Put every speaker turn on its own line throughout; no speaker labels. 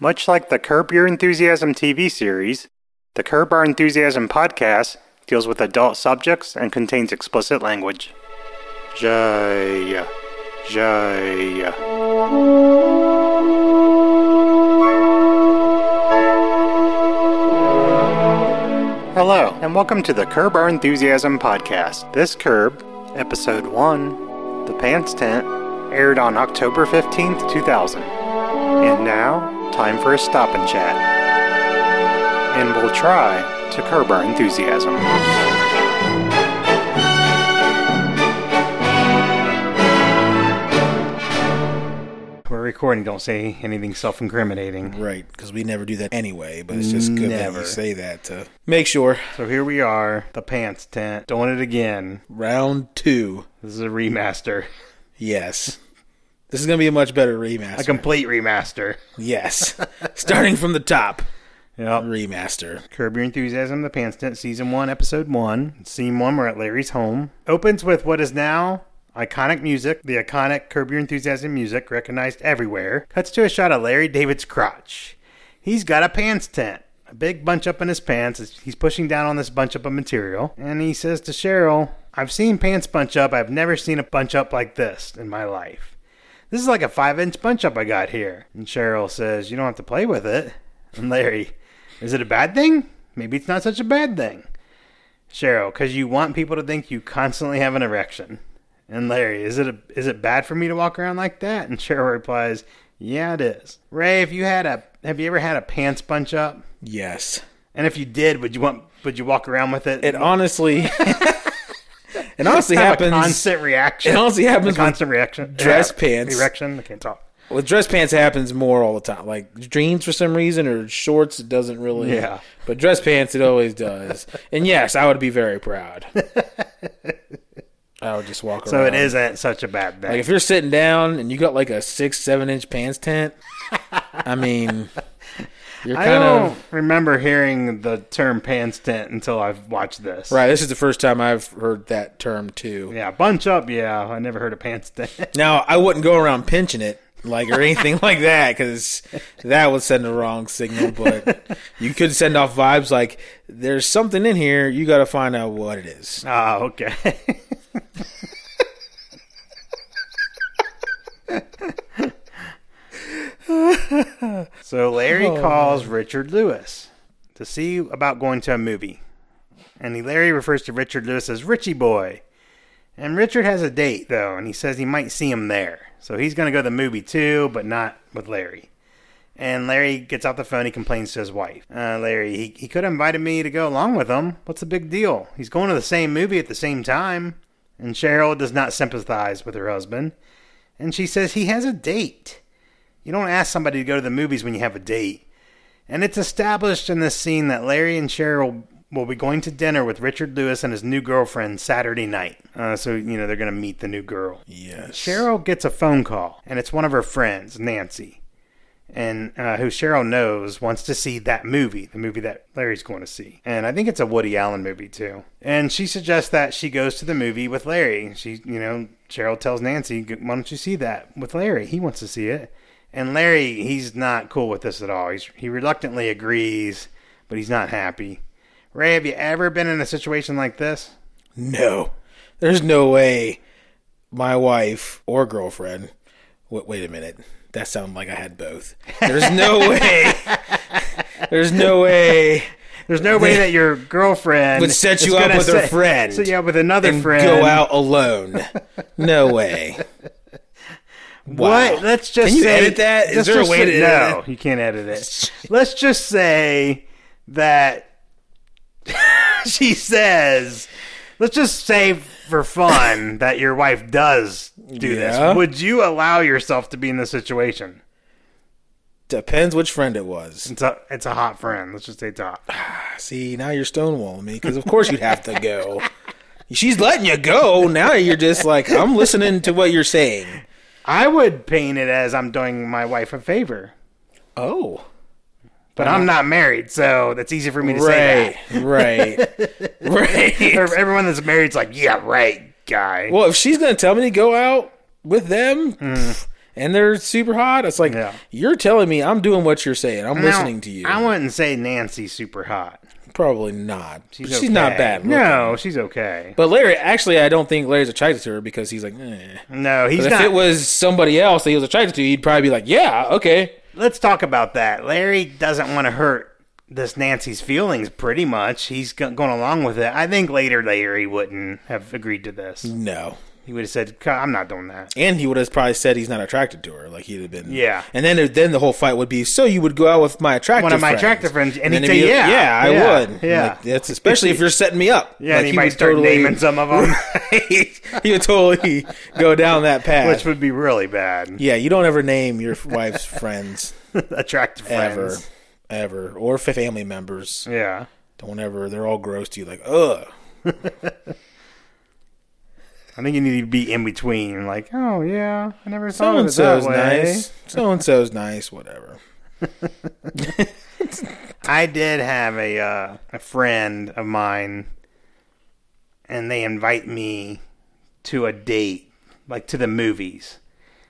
Much like the Curb Your Enthusiasm TV series, the Curb Our Enthusiasm podcast deals with adult subjects and contains explicit language. Jaya. Jaya. Hello, and welcome to the Curb Our Enthusiasm podcast. This Curb, Episode 1, The Pants Tent, aired on October 15th, 2000. And now, time for a stop and chat. And we'll try to curb our enthusiasm. We're recording, don't say anything self incriminating.
Right, because we never do that anyway, but it's just good that
Never.
you say that to make sure.
So here we are, the pants tent, doing it again.
Round two.
This is a remaster,
Yes. This is going to be a much better remaster.
a complete remaster.
yes. Starting from the top.
Yep.
Remaster.
Curb Your Enthusiasm, The Pants Tent, Season 1, Episode 1. Scene 1, we're at Larry's home. Opens with what is now iconic music, the iconic Curb Your Enthusiasm music recognized everywhere. Cuts to a shot of Larry David's crotch. He's got a pants tent, a big bunch up in his pants. He's pushing down on this bunch up of material. And he says to Cheryl, I've seen pants bunch up. I've never seen a bunch up like this in my life. This is like a five inch bunch up I got here. And Cheryl says, You don't have to play with it. And Larry, Is it a bad thing? Maybe it's not such a bad thing. Cheryl, because you want people to think you constantly have an erection. And Larry, is it a, is it bad for me to walk around like that? And Cheryl replies, Yeah, it is. Ray, if you had a have you ever had a pants bunch up?
Yes.
And if you did, would you want would you walk around with it?
It honestly. it honestly
Have a
happens.
constant reaction.
It honestly happens
a constant reaction.
dress pants.
Erection. I can't talk.
with, with dress pants. Happens more all the time. Like jeans for some reason or shorts. It doesn't really.
Yeah.
But dress pants, it always does. and yes, I would be very proud. I would just walk
So it
around.
isn't such a bad thing.
Um, Like if you're sitting down and you got like a six, seven inch pants tent, I mean, you're
I
kind
don't
of
remember hearing the term pants tent until I've watched this.
right. This is the first time I've heard that term too.
Yeah, bunch up. Yeah, I never heard of pants tent.
Now I wouldn't go around pinching it like or anything like that because that would send the wrong signal. But you could send off vibes like there's something in here. You got to find out what it is.
oh, okay. so Larry
Oh.
calls Richard Lewis to see about going to a movie. And he- Larry refers to Richard Lewis as Richie Boy. And Richard has a date, though, and he says he might see him there. So he's going to go to the movie too, but not with Larry. And Larry gets off the phone. He complains to his wife. Uh, Larry, he, he could have invited me to go along with him. What's the big deal? He's going to the same movie at the same time. And Cheryl does not sympathize with her husband. And she says he has a date. You don't ask somebody to go to the movies when you have a date. And it's established in this scene that Larry and Cheryl will be going to dinner with Richard Lewis and his new girlfriend Saturday night. Uh, so, you know, they're going to meet the new girl.
Yes.
Cheryl gets a phone call, and it's one of her friends, Nancy, and uh, who Cheryl knows wants to see that movie, the movie that Larry's going to see, and I think it's a Woody Allen movie too. And she suggests that she goes to the movie with Larry. She, you know, Cheryl tells Nancy, "Why don't you see that with Larry? He wants to see it." And Larry, he's not cool with this at all. He's, he reluctantly agrees, but he's not happy. Ray, have you ever been in a situation like this?
No, there's no way my wife or girlfriend. Wait, wait a minute. That sounded like I had both. There's no way. There's no way.
There's no way that your girlfriend
Would set
is
you up
gonna
with her friend
set you up with another
and
friend.
go out alone. No way.
What?
Wow.
Let's just
Can you
say,
edit that? Is
let's
there a
just
way to
say-
edit
no? You can't edit it. let's just say that she says. Let's just say for fun that your wife does do
Yeah.
this. Would you allow yourself to be in this situation?
Depends which friend it was.
It's a it's a hot friend. Let's just say it's hot.
See, now you're stonewalling me because of course you'd have to go. She's letting you go. Now you're just like, I'm listening to what you're saying.
I would paint it as I'm doing my wife a favor,
Oh.
but I'm not married, so that's easy for me to say that.
Uh-huh. Right. Right. right.
Ev- Everyone that's married's like, yeah, right, guy.
Well, if she's going to tell me to go out with them, pff, and they're super hot. It's like
Yeah.
you're telling me I'm doing what you're saying. I'm listening to you.
I wouldn't say Nancy's super hot.
Probably not. She's,
She's,
she's not
okay.
bad. looking.
No, she's okay.
But Larry, actually, I don't think Larry's attracted to her because he's like, eh.
No, he's
But if
not.
it was somebody else that he was attracted to, he'd probably be like, yeah, okay.
Let's talk about that. Larry doesn't want to hurt this Nancy's feelings. Pretty much, he's go- going along with it. I think later Larry wouldn't have agreed to this.
No.
He would have said, "C- "I'm not doing that."
And he would have probably said he's not attracted to her. Like he'd have been.
Yeah.
And then then the whole fight would be so you would go out with my attractive
One of my
friends.
attractive friends, and
then
he'd say,
be
"Yeah,
like, yeah,
yeah,
I would.
yeah."
Like, that's especially if you're setting me up.
Yeah,
Like,
and he, might
would
start
totally-
naming some of them,
he would totally go down that path.
which would be really bad.
yeah, you don't ever name your wife's friends
Attractive
ever,
friends.
ever, or fa- family members.
Yeah.
Don't ever. They're all gross to you. Like, ugh.
I think you need to be in between, like, oh yeah, I never
So
saw it
and
Oh, that
so's
way.
nice. So and so's nice. Whatever.
I did have a uh, a friend of mine, and they invite me to a date, like to the movies.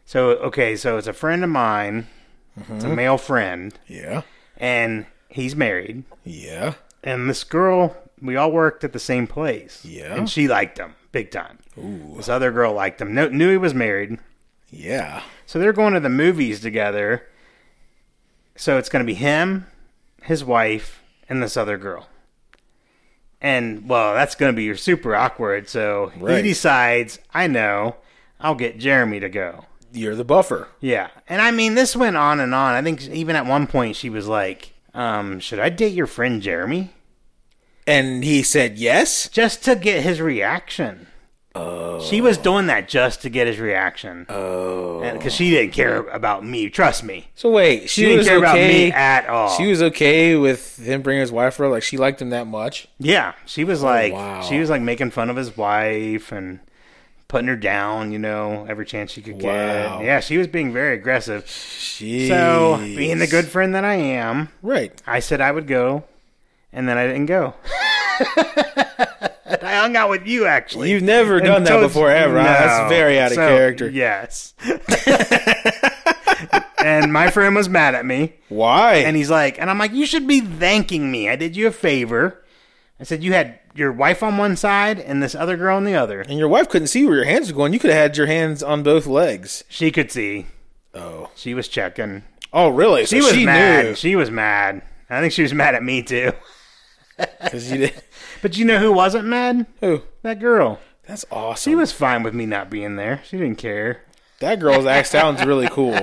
So okay, so it's a friend of mine, it's a
Mm-hmm.
male friend,
Yeah.
and he's married,
Yeah.
and this girl, we all worked at the same place,
Yeah.
and she liked him big time.
Ooh.
This other girl liked him, no, knew he was married,
Yeah.
So they're going to the movies together. So it's going to be him, his wife, and this other girl. And well, that's going to be super awkward. So he
Right.
decides, I know, I'll get Jeremy to go.
You're the buffer.
Yeah. And I mean, this went on and on. I think even at one point she was like, um, should I date your friend Jeremy?
And he said yes.
Just to get his reaction. Oh. She was doing that just to get his reaction.
Oh.
Because she didn't care about me. Trust me.
So wait, she
She didn't
was
care about
okay.
me at all.
she was okay with him bringing his wife around. Like she liked him that much.
Yeah, she was like
Oh, wow.
she was like making fun of his wife and putting her down, you know, every chance she could
Wow.
get. Yeah, she was being very aggressive.
Jeez.
So, being the good friend that I am,
right.
I said I would go, and then I didn't go. I hung out with you actually.
You've never
And
done that
told-
before ever. huh?
No.
That's very out of
So,
character.
Yes. and my friend was mad at me.
Why?
And he's like, and I'm like, you should be thanking me. I did you a favor. I said, you had your wife on one side and this other girl on the other.
and your wife couldn't see where your hands were going. You could have had your hands on both legs.
She could see.
Oh.
She was checking.
Oh, really? So
She was mad.
knew.
She was mad. I think she was mad at me too.
'Cause you did.
But you know who wasn't mad?
Oh,
That girl.
that's awesome.
She was fine with me not being there. She didn't care.
that girl's act sounds really cool.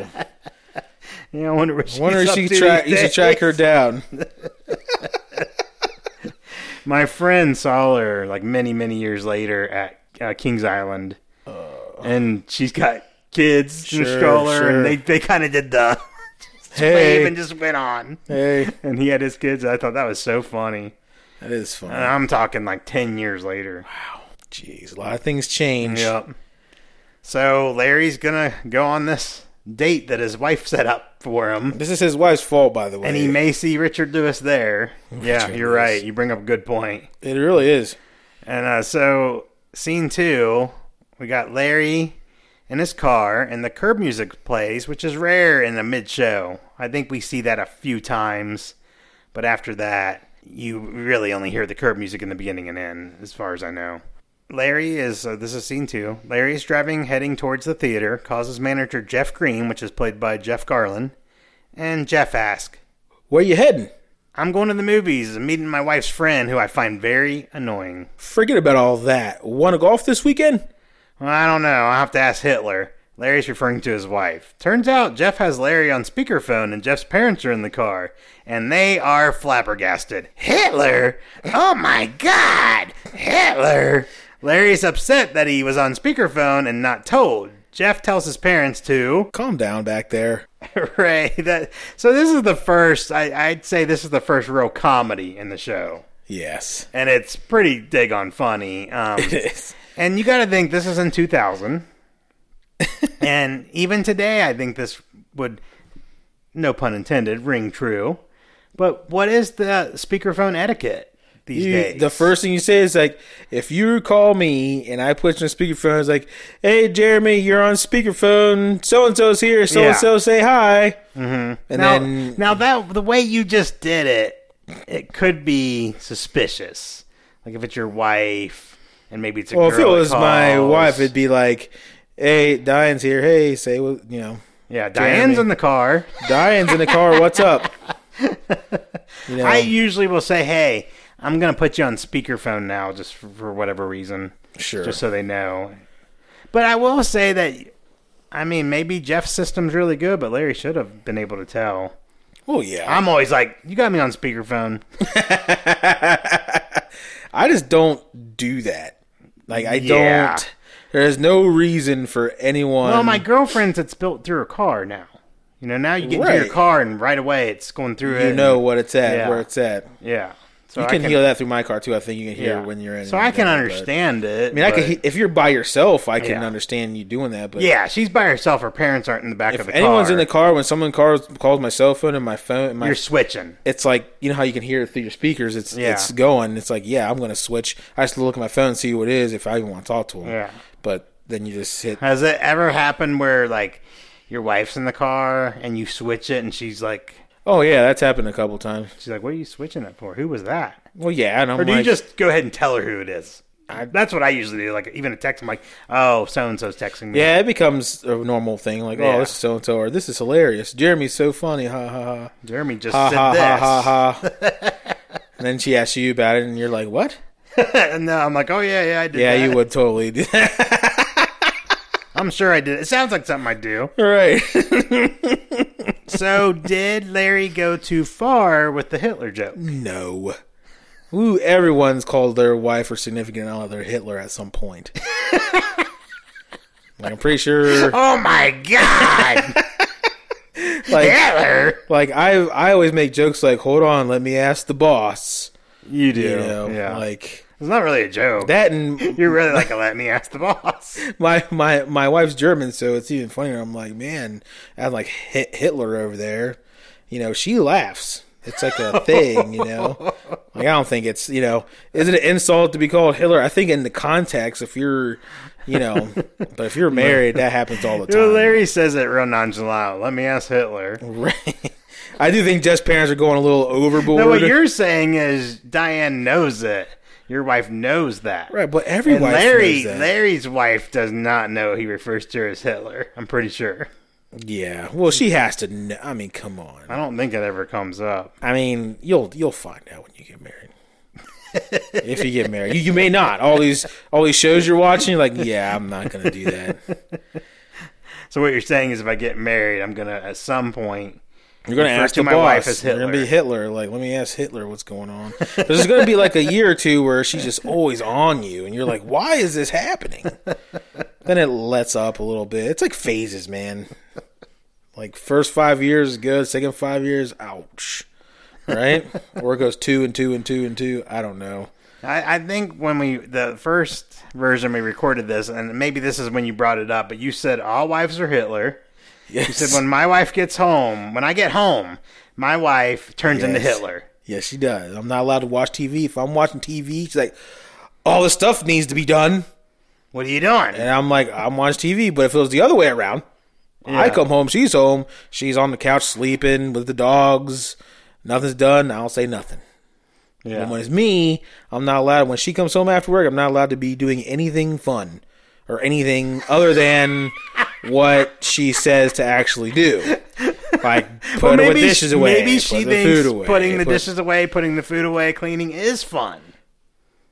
You know, I wonder what she's
Wonder if
up
she
to
could track.
these
You should
days.
track her down.
My friend saw her like many, many years later at uh, Kings Island, and she's got kids in the
Sure,
stroller,
sure.
and they they kind of did the wave and
Hey,
just went on.
hey,
And he had his kids. I thought that was so funny.
that is fun.
And I'm talking like ten years later.
Jeez, a lot of things change.
Yep. So Larry's gonna go on this date that his wife set up for him,
This is his wife's fault, by the way.
and he may see Richard Lewis there. yeah,
Richard
you're
Lewis.
right. You bring up a good point.
it really is.
And uh, so, scene two, we got Larry in his car, and the curb music plays, which is rare in the mid show. I think we see that a few times, but after that, you really only hear the curb music in the beginning and end, as far as I know. Larry is, uh, this is scene two. Larry is driving, heading towards the theater, calls his manager Jeff Green, which is played by Jeff Garland, and Jeff asks,
Where you heading?
I'm going to the movies and meeting my wife's friend, who I find very annoying.
Forget about all that. Want to golf this weekend?
Well, I don't know. I'll have to ask Hitler. Larry's referring to his wife. Turns out Jeff has Larry on speakerphone and Jeff's parents are in the car. And they are flabbergasted. Hitler? Oh my god! Hitler! Larry's upset that he was on speakerphone and not told. Jeff tells his parents to.
Calm down back there.
Hooray. That, so this is the first, I, I'd say this is the first real comedy in the show.
Yes.
And it's pretty dig on funny. Um, And you got to think this is in 2000. and even today, I think this would, no pun intended, ring true. But what is the speakerphone etiquette? these
You-
days.
The first thing you say is like, if you call me and I put you on speakerphone, it's like, hey Jeremy, you're on speakerphone. So and so's here. So and so say hi. Mm-hmm. And
now,
then
now that the way you just did it, it could be suspicious. Like if it's your wife, and maybe it's a
well, if
girl.
it
that
was my
calls.
wife, it'd be like, hey Diane's here. Hey, say what you know.
yeah, Diane's in the car.
Diane's in the car. What's up? You know,
I usually will say, "Hey, I'm gonna put you on speakerphone now, just for, for whatever reason,
sure.
just so they know." But I will say that, I mean, maybe Jeff's system's really good, but Larry should have been able to tell.
oh yeah.
I'm always like, "You got me on speakerphone."
I just don't do that. Like I
Yeah.
don't. There's no reason for anyone.
Well, Oh, my girlfriend's it's built through her car now. You know, now you get into
Right.
your car and right away it's going through it.
You know what it's at,
Yeah.
where it's at.
yeah. So
You
I
can, hear that through my car too. I think you can hear
yeah.
when you're in.
So I can
but-
understand it.
I mean, I could. he- If you're by yourself, I can
Yeah.
understand you doing that. But
Yeah, she's by herself. Her parents aren't in the back of
if
the
anyone's
car.
in the car, when someone calls calls my cell phone and my phone, and my
You're switching.
it's like you know how you can hear it through your speakers. It's
Yeah.
it's going. It's like yeah, I'm gonna switch. I just look at my phone and see who it is if I even want to talk to them.
Yeah.
But then you just hit.
Has it ever happened where like your wife's in the car and you switch it and she's like,
Oh yeah, that's happened a couple times.
she's like, what are you switching it for? Who was that?
Well yeah, and I'm
Or do
like,
you just go ahead and tell her who it is? That's what I usually do. Like even a text, I'm like, oh, so and so's texting me.
yeah, it becomes a normal thing. Like
Yeah.
oh, this is so and so, or this is hilarious. Jeremy's so funny. Ha ha ha.
Jeremy just
Ha
said
ha
this.
ha ha ha. And then she asks you about it, and you're like, "What?
and now I'm like, oh yeah, yeah, I did.
Yeah,
that.
you would totally do that,
I'm sure I did. It sounds like something I do.
right?"
So, did Larry go too far with the Hitler joke?
no. Ooh, everyone's called their wife or significant other Hitler at some point. like I'm pretty sure.
Oh my God,
Like,
Hitler!
like I, I always make jokes like, "Hold on, let me ask the boss."
You do,
You know,
yeah.
like
it's not really a joke.
that, and
You're really like, let me ask the boss.
my my my wife's German, so it's even funnier. I'm like, man, I'm like Hit- Hitler over there. You know, she laughs. It's like a thing, you know. Like I don't think it's you know, is it an insult to be called Hitler? I think in the context, if you're, you know, but if you're married, that happens all the
So
time.
Larry says it real nonchalant. Let me ask Hitler.
Right. I do think Jeff's parents are going a little overboard.
No, what you're saying is Diane knows it. Your wife knows that.
right, but every
And
wife
Larry,
knows that.
Larry's wife does not know he refers to her as Hitler. I'm pretty sure.
yeah. Well, she has to. Know. I mean, come on.
I don't think it ever comes up.
I mean, you'll you'll find out when you get married. if you get married, you, you may not. All these all these shows you're watching, you're like, yeah, I'm not gonna do that.
So what you're saying is, if I get married, I'm gonna at some point.
You're gonna
Refer
ask
to
the
my
boss.
wife as
You're gonna be
Hitler.
Hitler. Like, let me ask Hitler what's going on. There's gonna be like a year or two where she's just always on you, and you're like, why is this happening? Then it lets up a little bit. It's like phases, man. Like first five years is good. Second five years, ouch. Right? or it goes two and two and two and two. I don't know.
I, I think when we the first version we recorded this, and maybe this is when you brought it up, but you said all wives are Hitler.
Yes.
You said when my wife gets home, when I get home, my wife turns into
Yes.
Hitler.
Yeah, she does. I'm not allowed to watch TV. If I'm watching TV, she's like, all this stuff needs to be done.
What are you doing?
And I'm like, I'm watching TV. But if it was the other way around, I come home, she's home, she's on the couch sleeping with the dogs, nothing's done, I don't say nothing.
Yeah.
And when it's me, I'm not allowed, when she comes home after work, I'm not allowed to be doing anything fun or anything other than what she says to actually do. Like,
Well,
put the dishes away.
Maybe
put
she
the
thinks
food away,
putting the
put-
dishes away, putting the food away, cleaning is fun.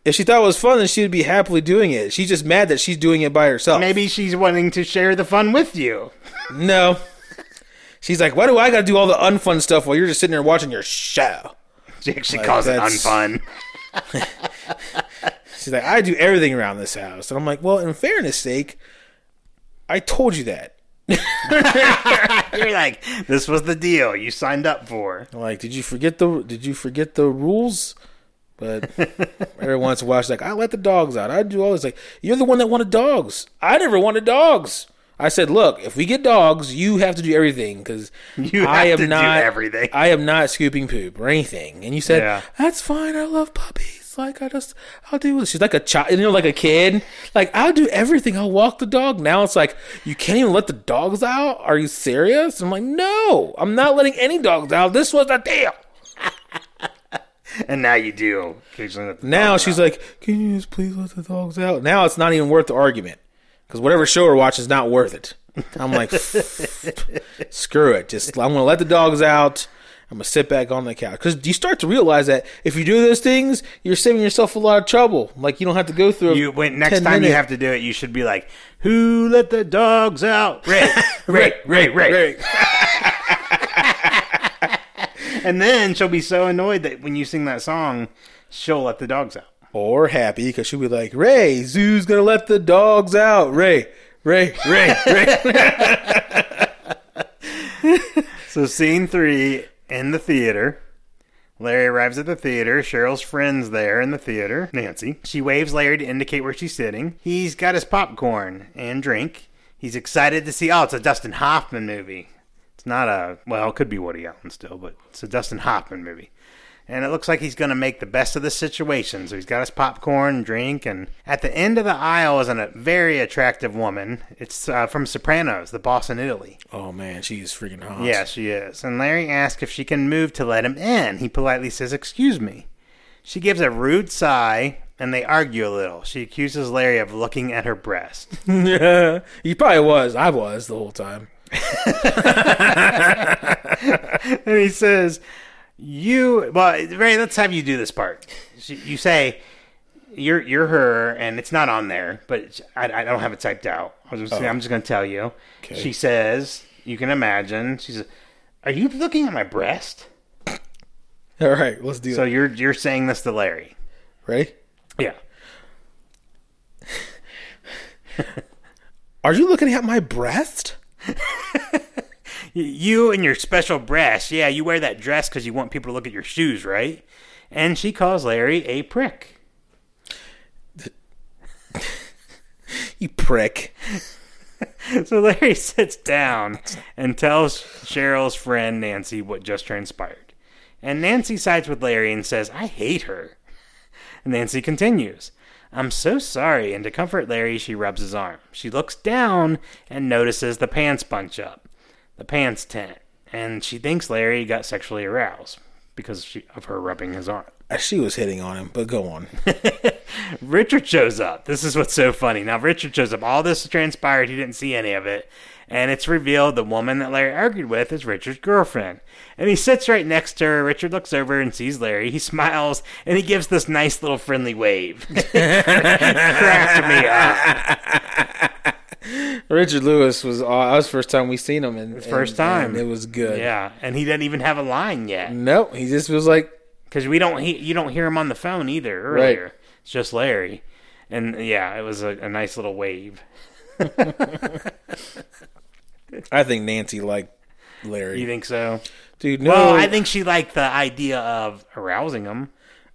If she thought it was fun, then she would be happily doing it. She's just mad that she's doing it by herself.
Maybe she's wanting to share the fun with you.
No. She's like, why do I got to do all the unfun stuff while you're just sitting there watching your show?
She actually calls it
that's-
unfun.
She's like, I do everything around this house. And I'm like, well, in fairness sake, I told you that.
You're like, this was the deal you signed up for.
I'm like, did you forget the did you forget the rules? But every once in a while, she's like, I let the dogs out. I do all this. Like, you're the one that wanted dogs. I never wanted dogs. I said, look, if we get dogs, you have to do everything because
You have
I am
to do
not
everything.
I am not scooping poop or anything. And you said,
Yeah.
that's fine. I love puppies. just like I just I'll do this. She's like a child, you know, like a kid. Like I'll do everything. I'll walk the dog. Now it's like you can't even let the dogs out. Are you serious? I'm like, no, I'm not letting any dogs out. This was the deal.
And now you do. Occasionally let the
Now she's like, can you just please let the dogs out? Now it's not even worth the argument because whatever show we're watching is not worth it. I'm like, screw it. Just I'm gonna let the dogs out. I'm gonna sit back on the couch because you start to realize that if you do those things, you're saving yourself a lot of trouble. Like you don't have to go through.
You when next time you have to do it, you should be like, "Who let the dogs out?" Rick, Rick, Rick, Rick. And then she'll be so annoyed that when you sing that song, she'll let the dogs out.
or happy because she'll be like, Ray, Zoo's gonna let the dogs out. Ray, Ray, Ray, Ray.
So scene three in the theater. Larry arrives at the theater. Cheryl's friends there in the theater. Nancy. She waves Larry to indicate where she's sitting. He's got his popcorn and drink. He's excited to see. Oh, it's a Dustin Hoffman movie. It's not a well, it could be Woody Allen still, but it's a Dustin Hoffman movie. And it looks like he's going to make the best of the situation. So he's got his popcorn and drink. And at the end of the aisle is an- a very attractive woman. It's uh, from Sopranos, the boss in Italy.
oh man, she's freaking hot.
Yeah, she is. And Larry asks if she can move to let him in. He politely says, Excuse me. She gives a rude sigh, and they argue a little. She accuses Larry of looking at her breast.
he probably was. I was the whole time.
and he says, You, well, Ray, let's have you do this part. She, you say, you're, you're her, and it's not on there, but I, I don't have it typed out. I was just, I'm just going to tell you. She says, You can imagine. She says, Are you looking at my breast?
All right, let's do
So
it.
you're, you're saying this to Larry.
Ray,
Yeah.
are you looking at my breast?
You and your special dress. Yeah, you wear that dress because you want people to look at your shoes, right? And she calls Larry a prick.
You prick.
So Larry sits down and tells Cheryl's friend Nancy what just transpired. And Nancy sides with Larry and says, I hate her. And Nancy continues, I'm so sorry. And to comfort Larry, she rubs his arm. She looks down and notices the pants bunch up, the pants tent. And she thinks Larry got sexually aroused because she, of her rubbing his arm.
Uh, She was hitting on him, but go on.
Richard shows up. This is what's so funny. Now, Richard shows up. All this transpired. He didn't see any of it. And it's revealed the woman that Larry argued with is Richard's girlfriend. And he sits right next to her. Richard looks over and sees Larry. He smiles and he gives this nice little friendly wave. Cracked me up.
Richard Lewis was aw- that was the first time we seen him, and
First
and-
time.
and it was good.
Yeah. And he doesn't even have a line yet
Nope, he just was like,
because we don't. He, you don't hear him on the phone either earlier. It's just Larry. And yeah, it was a, a nice little wave.
I think Nancy liked
You
Larry.
think so?
Dude, no,
Well,
I,
I think she liked the idea of arousing him.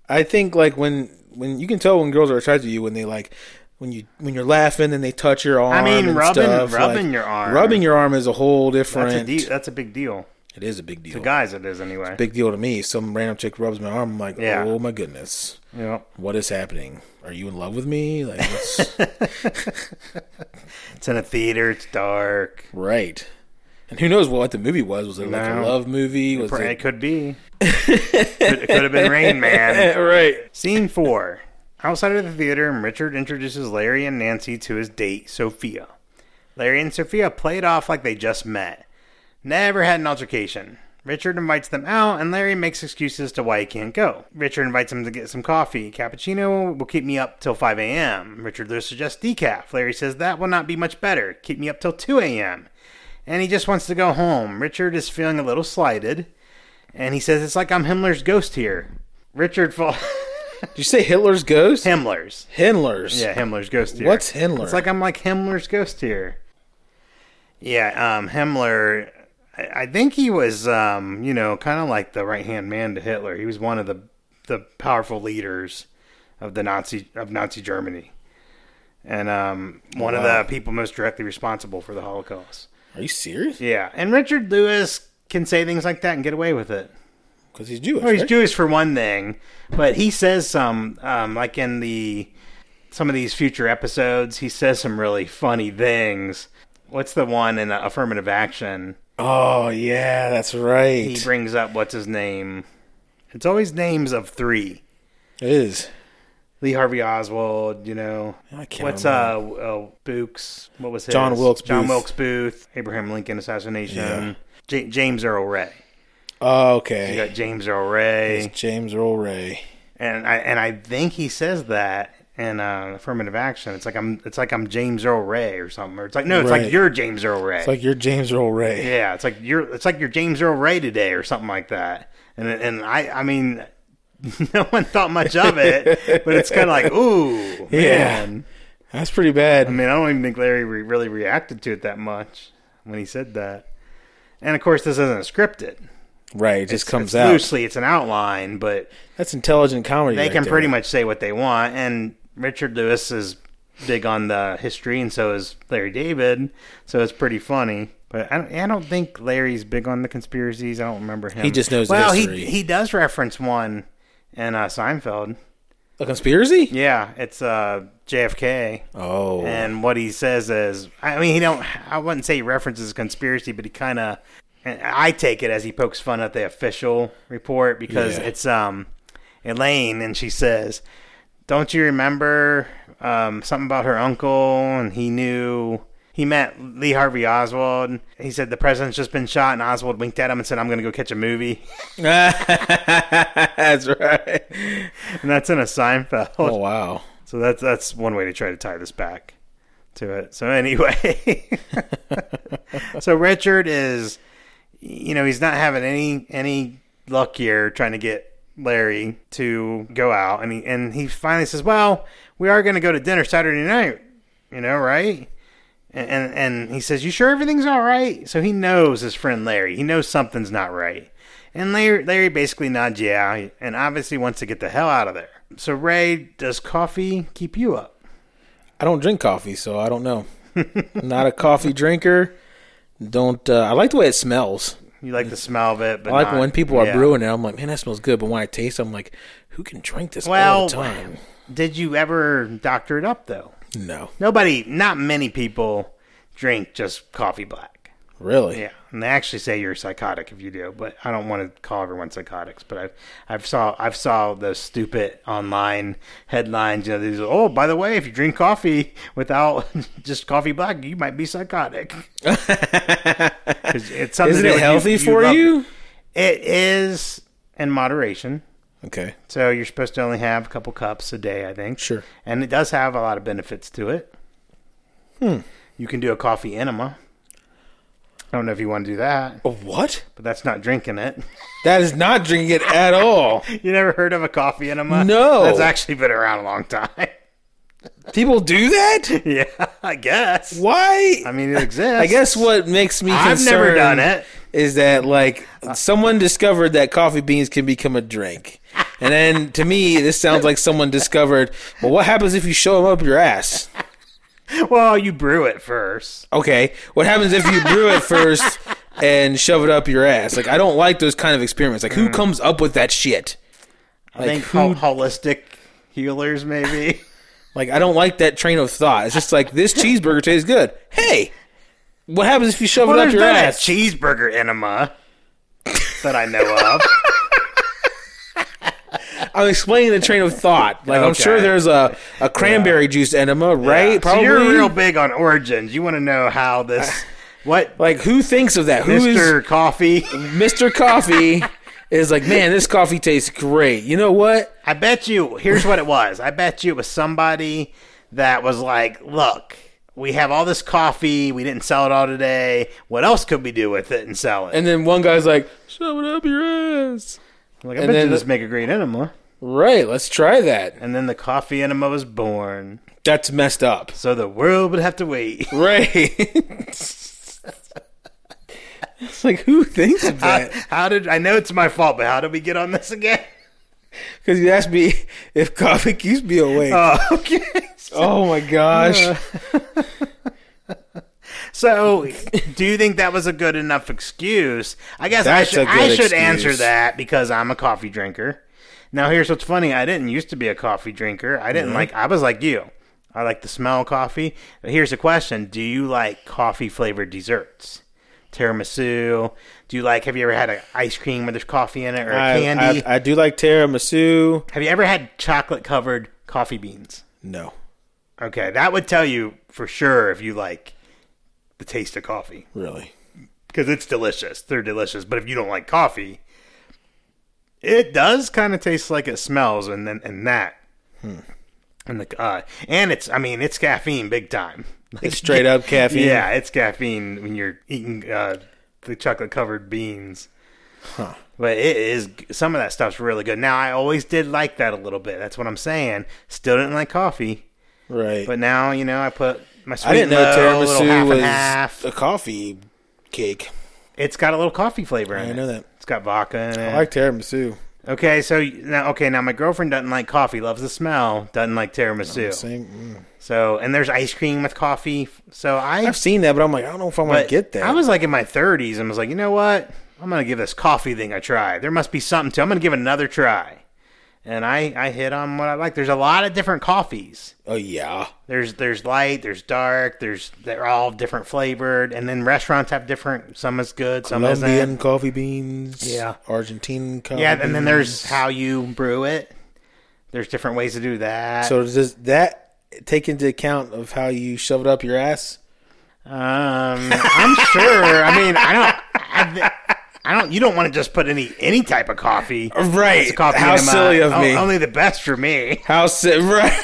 think like when when you can tell when girls are attracted to you when they like when you when you're laughing and they touch your arm.
mean,
and
rubbing-
stuff,
rubbing
like,
your arm.
rubbing your arm is a whole different.
That's a, deep, that's a big deal.
it is a big deal.
The guys, it is anyway.
big deal to me. If some random chick rubs my arm, I'm like,
Yeah.
oh my goodness,
Yeah.
what is happening? Are you in love with me? Like, what's
It's in a theater. It's dark.
right? And who knows what the movie was? Was it like
No.
a love movie? Was
It
it
could be. could, it could have been Rain Man.
right?
Scene four. Outside of the theater, Richard introduces Larry and Nancy to his date, Sophia. Larry and Sophia play it off like they just met. Never had an altercation. Richard invites them out, and Larry makes excuses to why he can't go. Richard invites him to get some coffee. Cappuccino will keep me up till 5 a.m. Richard Lewis suggests decaf. Larry says that will not be much better. Keep me up till 2 a.m. And he just wants to go home. Richard is feeling a little slighted, and he says it's like I'm Himmler's ghost here. Richard falls.
Did you say Hitler's ghost?
Himmler's.
Himmler's.
Yeah, Himmler's ghost here.
What's Himmler?
It's like I'm like Himmler's ghost here. Yeah, um, Himmler. I I think he was, um, you know, kind of like the right hand man to Hitler. He was one of the the powerful leaders of the Nazi of Nazi Germany, and um, one of the people most directly responsible for the Holocaust.
Are you serious?
Yeah, and Richard Lewis can say things like that and get away with it.
because he's Jewish.
Well, Oh, he's
right?
Jewish for one thing, but he says some, um, like in the some of these future episodes, he says some really funny things. What's the one in affirmative action?
oh yeah, that's right.
He brings up what's his name. It's always names of three:
it is.
Lee Harvey Oswald. You know,
I can't
what's uh,
remember.
uh Books? What was his?
John Wilkes
John
Booth.
Wilkes Booth. Abraham Lincoln assassination.
Yeah.
J- James Earl Ray.
Oh,
You
okay.
got James Earl Ray.
It's James Earl Ray.
and I and I think he says that in uh, affirmative action. It's like I'm it's like I'm James Earl Ray or something. Or it's like no, it's
Right.
like you're James Earl Ray.
It's like you're James Earl Ray.
yeah, it's like you're it's like you're James Earl Ray today or something like that. And and I I mean. No one thought much of it, but it's kind of like, ooh,
Yeah.
man.
That's pretty bad.
I mean, I don't even think Larry re- really reacted to it that much when he said that. And of course, this isn't scripted.
right, it just comes
It's
out.
loosely, it's an outline, but
That's intelligent comedy.
they
right
can
there.
pretty much say what they want. And Richard Lewis is big on the history, and so is Larry David. So it's pretty funny. But I don't, I don't think Larry's big on the conspiracies. I don't remember him.
He just knows the
Well,
history.
he he does reference one in uh, Seinfeld.
a conspiracy.
Yeah, it's uh, JFK.
Oh,
And what he says is, I mean, he don't. I wouldn't say he references conspiracy, but he kind of. I take it as he pokes fun at the official report because
Yeah.
it's um, Elaine, and she says, "Don't you remember um, something about her uncle?" And he knew he met Lee Harvey Oswald. He said the president's just been shot, and Oswald winked at him and said, "I'm going to go catch a movie,"
that's right.
and that's in a Seinfeld.
Oh wow.
So that's that's one way to try to tie this back to it. So anyway, so Richard is, you know, he's not having any any luck here trying to get Larry to go out, and he and he finally says, "Well, we are going to go to dinner Saturday night, you know, right?" And, and and he says, "You sure everything's all right?" So he knows his friend Larry. He knows something's not right. And Larry, Larry basically nods yeah, and obviously wants to get the hell out of there. So Ray, does coffee keep you up?
I don't drink coffee, so I don't know. Not a coffee drinker. Don't. Uh, I like the way it smells.
You like the smell of it, but
I like
not-
when people are
yeah.
brewing it. I'm like, man, that smells good. But when I taste, it, I'm like, who can drink this all
Well,
the time?
Did you ever doctor it up though?
No,
Nobody, not many people, drink just coffee black.
really.
Yeah, and they actually say you're psychotic if you do, but I don't want to call everyone psychotics. But I've I've saw I've saw those stupid online headlines. You know, these oh by the way, if you drink coffee without just coffee black, you might be psychotic. 'Cause it's something
Isn't
that
it
you-
healthy for
love-
you?
It is in moderation.
Okay.
So you're supposed to only have a couple cups a day, I think.
Sure.
And it does have a lot of benefits to it.
Hmm.
You can do a coffee enema. I don't know if you want to do that,
A What?
but that's not drinking it.
That is not drinking it at all.
You never heard of a coffee enema?
No.
That's actually been around a long time.
People do that?
yeah, I guess.
Why?
I mean, it exists.
I guess what makes me
I've
concerned
never done it.
is that like someone discovered that coffee beans can become a drink. And then to me, this sounds like someone discovered, well, what happens if you show them up your ass?
Well, you brew it first.
Okay, what happens if you brew it first and shove it up your ass? Like, I don't like those kind of experiments. Like, who
Mm.
comes up with that shit?
I
Like,
think
who,
ho- holistic healers, maybe.
like, I don't like that train of thought. It's just like, this cheeseburger tastes good. Hey, what happens if you shove
Well,
it up
there's
your
not a
ass?
cheeseburger enema that I know of.
I'm explaining the train of thought. Like I'm
Okay.
sure there's a, a cranberry juice enema, right?
So you're real big on origins. You want to know how this, what
like who thinks of that? Who is
Mister Coffee?
Mr. Coffee is like, man, this coffee tastes great. You know what?
I bet you. Here's what it was. I bet you it was somebody that was like, "Look, we have all this coffee. We didn't sell it all today. What else could we do with it and sell it?"
And then one guy's like, shove it up your ass.
like, I
and
bet
then
you
the-
this make a great enema.
Right, let's try that.
And then the coffee enema was born.
That's messed up.
So the world would have to wait.
Right. it's like who thinks of
How,
that?
how did I know it's my fault? But how did we get on this again?
Because you asked me if coffee keeps me awake.
Oh, okay.
oh my gosh.
So, do you think that was a good enough excuse? I guess I
That's
should,
a good
I should
excuse.
answer that because I'm a coffee drinker. Now, here's what's funny. I didn't used to be a coffee drinker. I
Mm-hmm.
didn't like. I was like you. I like the smell of coffee. But here's the question: Do you like coffee flavored desserts? Tiramisu. Do you like? Have you ever had an ice cream where there's coffee in it or a
I,
candy?
I, I do like tiramisu.
have you ever had chocolate covered coffee beans?
No,
Okay, that would tell you for sure if you like the taste of coffee
really.
because it's delicious. They're delicious, but if you don't like coffee, it does kind of taste like it smells, and then and that,
Hmm.
and the uh, and it's I mean it's caffeine big time. Like,
It's straight up caffeine.
yeah, it's caffeine when you're eating uh, the chocolate covered beans. But it is some of that stuff's really good. Now I always did like that a little bit. That's what I'm saying. Still didn't like coffee,
right.
but now you know I put my sweet
I didn't know
low, a little half
tiramisu
and
was
half.
a coffee cake.
It's got a little coffee flavor in
I
it.
know that.
It's got vodka in it.
I like tiramisu.
okay, so now okay, now my girlfriend doesn't like coffee, loves the smell, doesn't like tiramisu.
Same. mm.
So and there's ice cream with coffee. So I
I've seen that, but I'm like, I don't know if I want to
but
get that.
I was like in my 30s and was like, you know what? I'm gonna give this coffee thing a try. There must be something to. it. I'm gonna give it another try. And I I hit on what I like. There's a lot of different coffees.
oh yeah.
There's there's light, there's dark, there's they're all different flavored, and then restaurants have different. Some is good, some isn't.
Colombian coffee beans.
Yeah.
Argentine coffee.
Yeah, and then
beans.
there's how you brew it. There's different ways to do that.
So does that take into account of how you shove it up your ass?
um, I'm sure. I mean, I don't. I, th- I don't. You don't want to just put any any type of coffee.
Right.
It's coffee
How
in my- Oh,
silly of
o-
me.
Only the best for me.
How si- right,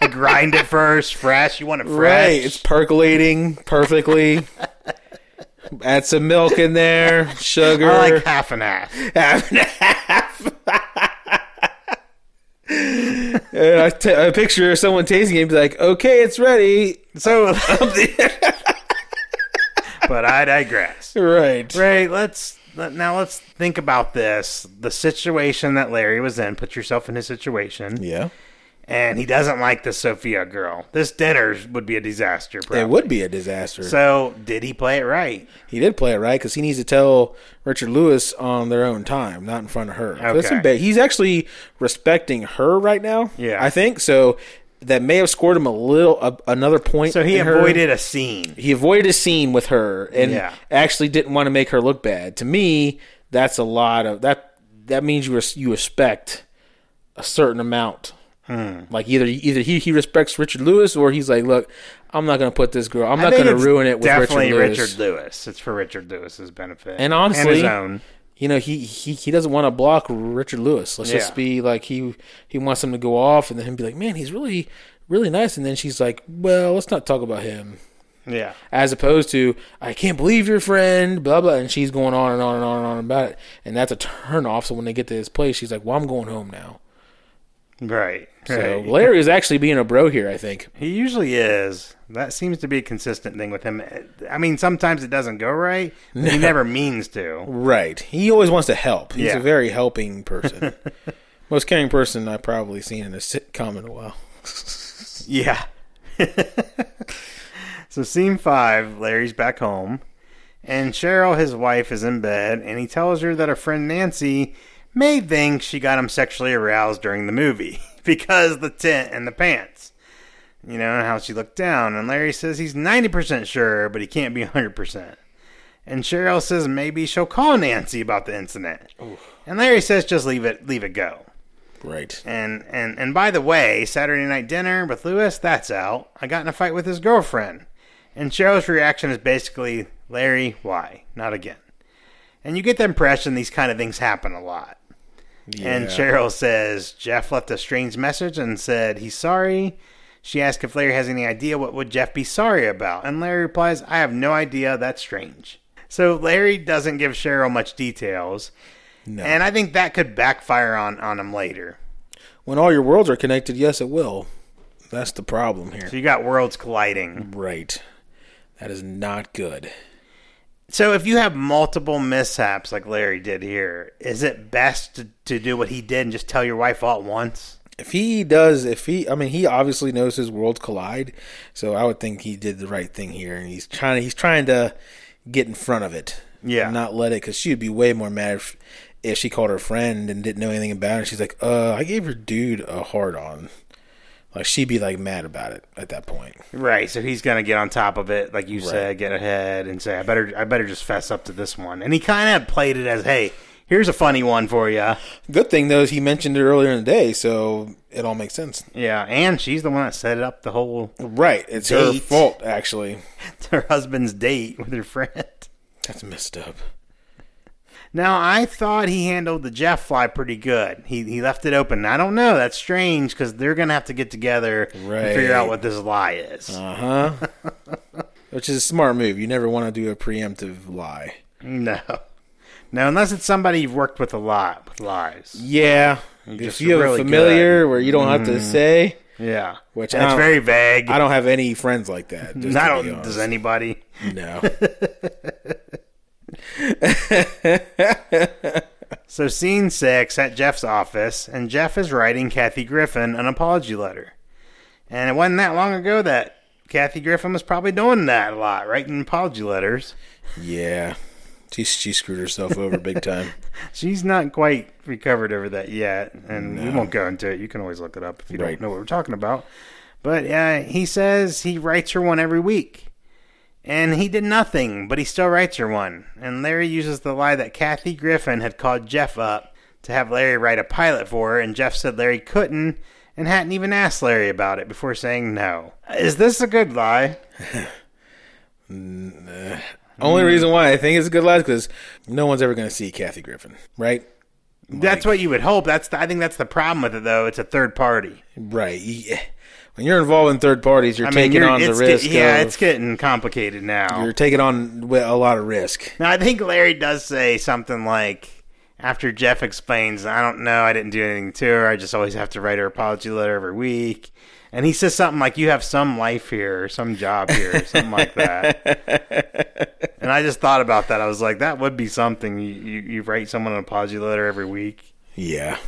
I grind it first, fresh. You want it fresh.
right. It's percolating perfectly. Add some milk in there, sugar.
I like half and half.
half and half. and I, t- I picture someone tasting it and be like, okay, it's ready.
So, but I digress.
Right.
Ray, let's let, now let's think about this. The situation that Larry was in. Put yourself in his situation.
Yeah.
and he doesn't like the Sophia girl. This dinner would be a disaster.
It
Probably.
would be a disaster.
So did he play it right?
he did play it right because he needs to tell Richard Lewis on their own time, not in front of her. So that's
Okay.
embar- he's actually respecting her right now.
Yeah.
I think so. That may have scored him a little a, another point.
So he
in her.
avoided a scene.
he avoided a scene with her and
Yeah.
actually didn't want to make her look bad. To me, that's a lot of that. That means you res- you respect a certain amount.
Hmm.
Like either either he, he respects Richard Lewis or he's like, look, I'm not gonna put this girl. I'm not gonna ruin it with Richard
definitely
Lewis.
Richard Lewis. It's for Richard Lewis's benefit
And honestly,
his own.
you know, he, he, he doesn't want to block Richard Lewis. Let's
Yeah.
just be like he he wants him to go off, and then him be like, man, he's really really nice. And then she's like, well, let's not talk about him.
Yeah,
As opposed to, I can't believe your friend, blah blah, and she's going on and on and on and on about it, and that's a turn off. So when they get to this place, she's like, well, I'm going home now.
right.
So
right.
Larry is actually being a bro here, I think.
He usually is. That seems to be a consistent thing with him. I mean, sometimes it doesn't go right. but He never means to.
Right. He always wants to help. He's
Yeah.
a very helping person. Most caring person I've probably seen in a sitcom in a while.
Yeah. so scene five, Larry's back home, and Cheryl, his wife, is in bed, and he tells her that her friend Nancy may think she got him sexually aroused during the movie because the tent and the pants. You know, and how she looked down, and Larry says he's ninety percent sure, but he can't be hundred percent. And Cheryl says maybe she'll call Nancy about the incident. And Larry says just leave it leave it go.
Right.
And and and by the way, Saturday night dinner with Lewis, that's out. I got in a fight with his girlfriend. And Cheryl's reaction is basically, Larry, why? Not again. And you get the impression these kind of things happen a lot. And Cheryl says Jeff left a strange message and said he's sorry. She asks if Larry has any idea what would Jeff be sorry about, and Larry replies, "I have no idea. That's strange." So Larry doesn't give Cheryl much details, and I think that could backfire on on him later.
When all your worlds are connected, yes, it will. That's the problem here.
So you got worlds colliding.
Right. That is not good.
So if you have multiple mishaps like Larry did here, is it best to, to do what he did and just tell your wife all at once?
if he does, if he, I mean, he obviously knows his worlds collide, so I would think he did the right thing here, and he's trying, he's trying to get in front of it,
Yeah.
and not let it, because she'd be way more mad if, if she called her friend and didn't know anything about it. She's like, "Uh, I gave her dude a hard on," like she'd be like mad about it at that point.
Right, so he's gonna get on top of it, like you said, get ahead and say, "I better, I better just fess up to this one." And he kind of played it as, "Hey, here's a funny one for you."
Good thing though is he mentioned it earlier in the day, so it all makes sense.
Yeah, and she's the one that set up the whole
Right, it's her
Date.
fault actually.
her husband's date with her friend.
That's messed up.
Now, I thought he handled the Jeff fly pretty good. He he left it open. I don't know. That's strange because they're gonna have to get together and figure out
Right.
what this lie is.
Uh huh. Which is a smart move. You never want to do a preemptive lie.
No, no, unless it's somebody you've worked with a lot with lies.
Yeah.
just
if you have
really Mm-hmm.
a familiar where you don't have to say,
Yeah,
Which
And
I
it's
don't-
very vague.
I don't have any friends like that. Just
I
to
don't.
be
Does anybody?
honest. No.
So, scene six at Jeff's office, and Jeff is writing Kathy Griffin an apology letter. And it wasn't that long ago that Kathy Griffin was probably doing that a lot, writing apology letters.
yeah. She, she screwed herself over big time.
She's not quite recovered over that yet, and we won't go into it. You can always look it up if you
Right.
don't know what we're talking about. But uh, he says he writes her one every week, and he did nothing, but he still writes her one. And Larry uses the lie that Kathy Griffin had called Jeff up to have Larry write a pilot for her, and Jeff said Larry couldn't and hadn't even asked Larry about it before saying no. Is this a good lie?
Only reason why I think it's a good lie is because no one's ever going to see Kathy Griffin, right?
that's what you would hope. That's the, I think that's the problem with it, though. It's a third party.
Right. Yeah. When you're involved in third parties, you're
I mean,
taking
you're,
on the
it's get-
risk.
yeah,
of-
it's getting complicated now.
you're taking on well, a lot of risk.
Now, I think Larry does say something like, after Jeff explains, I don't know, I didn't do anything to her. I just always have to write her apology letter every week. And he says something like, You have some life here or some job here or something like that. And I just thought about that. I was like, That would be something. You, you, you write someone an apology letter every week.
Yeah.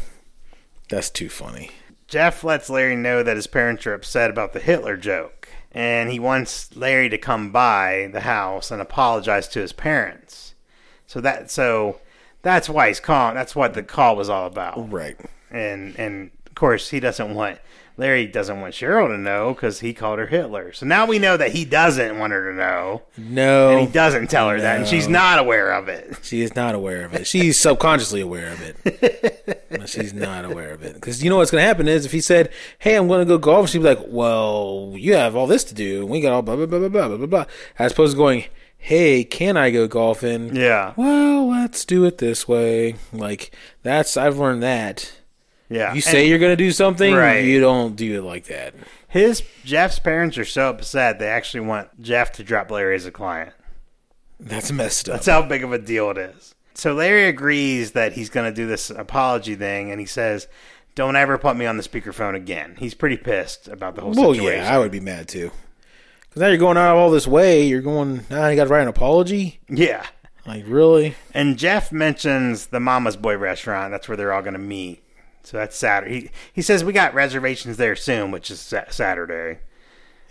That's too funny.
Jeff lets Larry know that his parents are upset about the Hitler joke, and he wants Larry to come by the house and apologize to his parents. So that so that's why he's calling. That's what the call was all about.
Right.
And and of course he doesn't want Larry doesn't want Cheryl to know because he called her Hitler. So now we know that he doesn't want her to know.
No,
He doesn't tell her that, and she's not aware of it.
she is not aware of it. She's subconsciously aware of it. But she's not aware of it. Because you know what's going to happen is if he said, hey, I'm going to go golf, she'd be like, well, you have all this to do. We got all blah, blah, blah, blah, blah, blah, blah, blah. As opposed to going, hey, can I go golfing?
Yeah,
Well, let's do it this way. Like, that's, I've learned that.
yeah.
You say you're going to do something,
Uh, Right.
you don't do it like that.
his Jeff's parents are so upset they actually want Jeff to drop Larry as a client.
That's messed up.
That's how big of a deal it is. So Larry agrees that he's going to do this apology thing, and he says, "Don't ever put me on the speakerphone again." He's pretty pissed about the whole
Well,
situation.
yeah, I would be mad too. Because now you're going out of all this way. You're going now. you got to write an apology.
yeah.
Like really?
And Jeff mentions the Mama's Boy restaurant. That's where they're all going to meet. So that's Saturday. He, he says we got reservations there soon, which is sa- Saturday.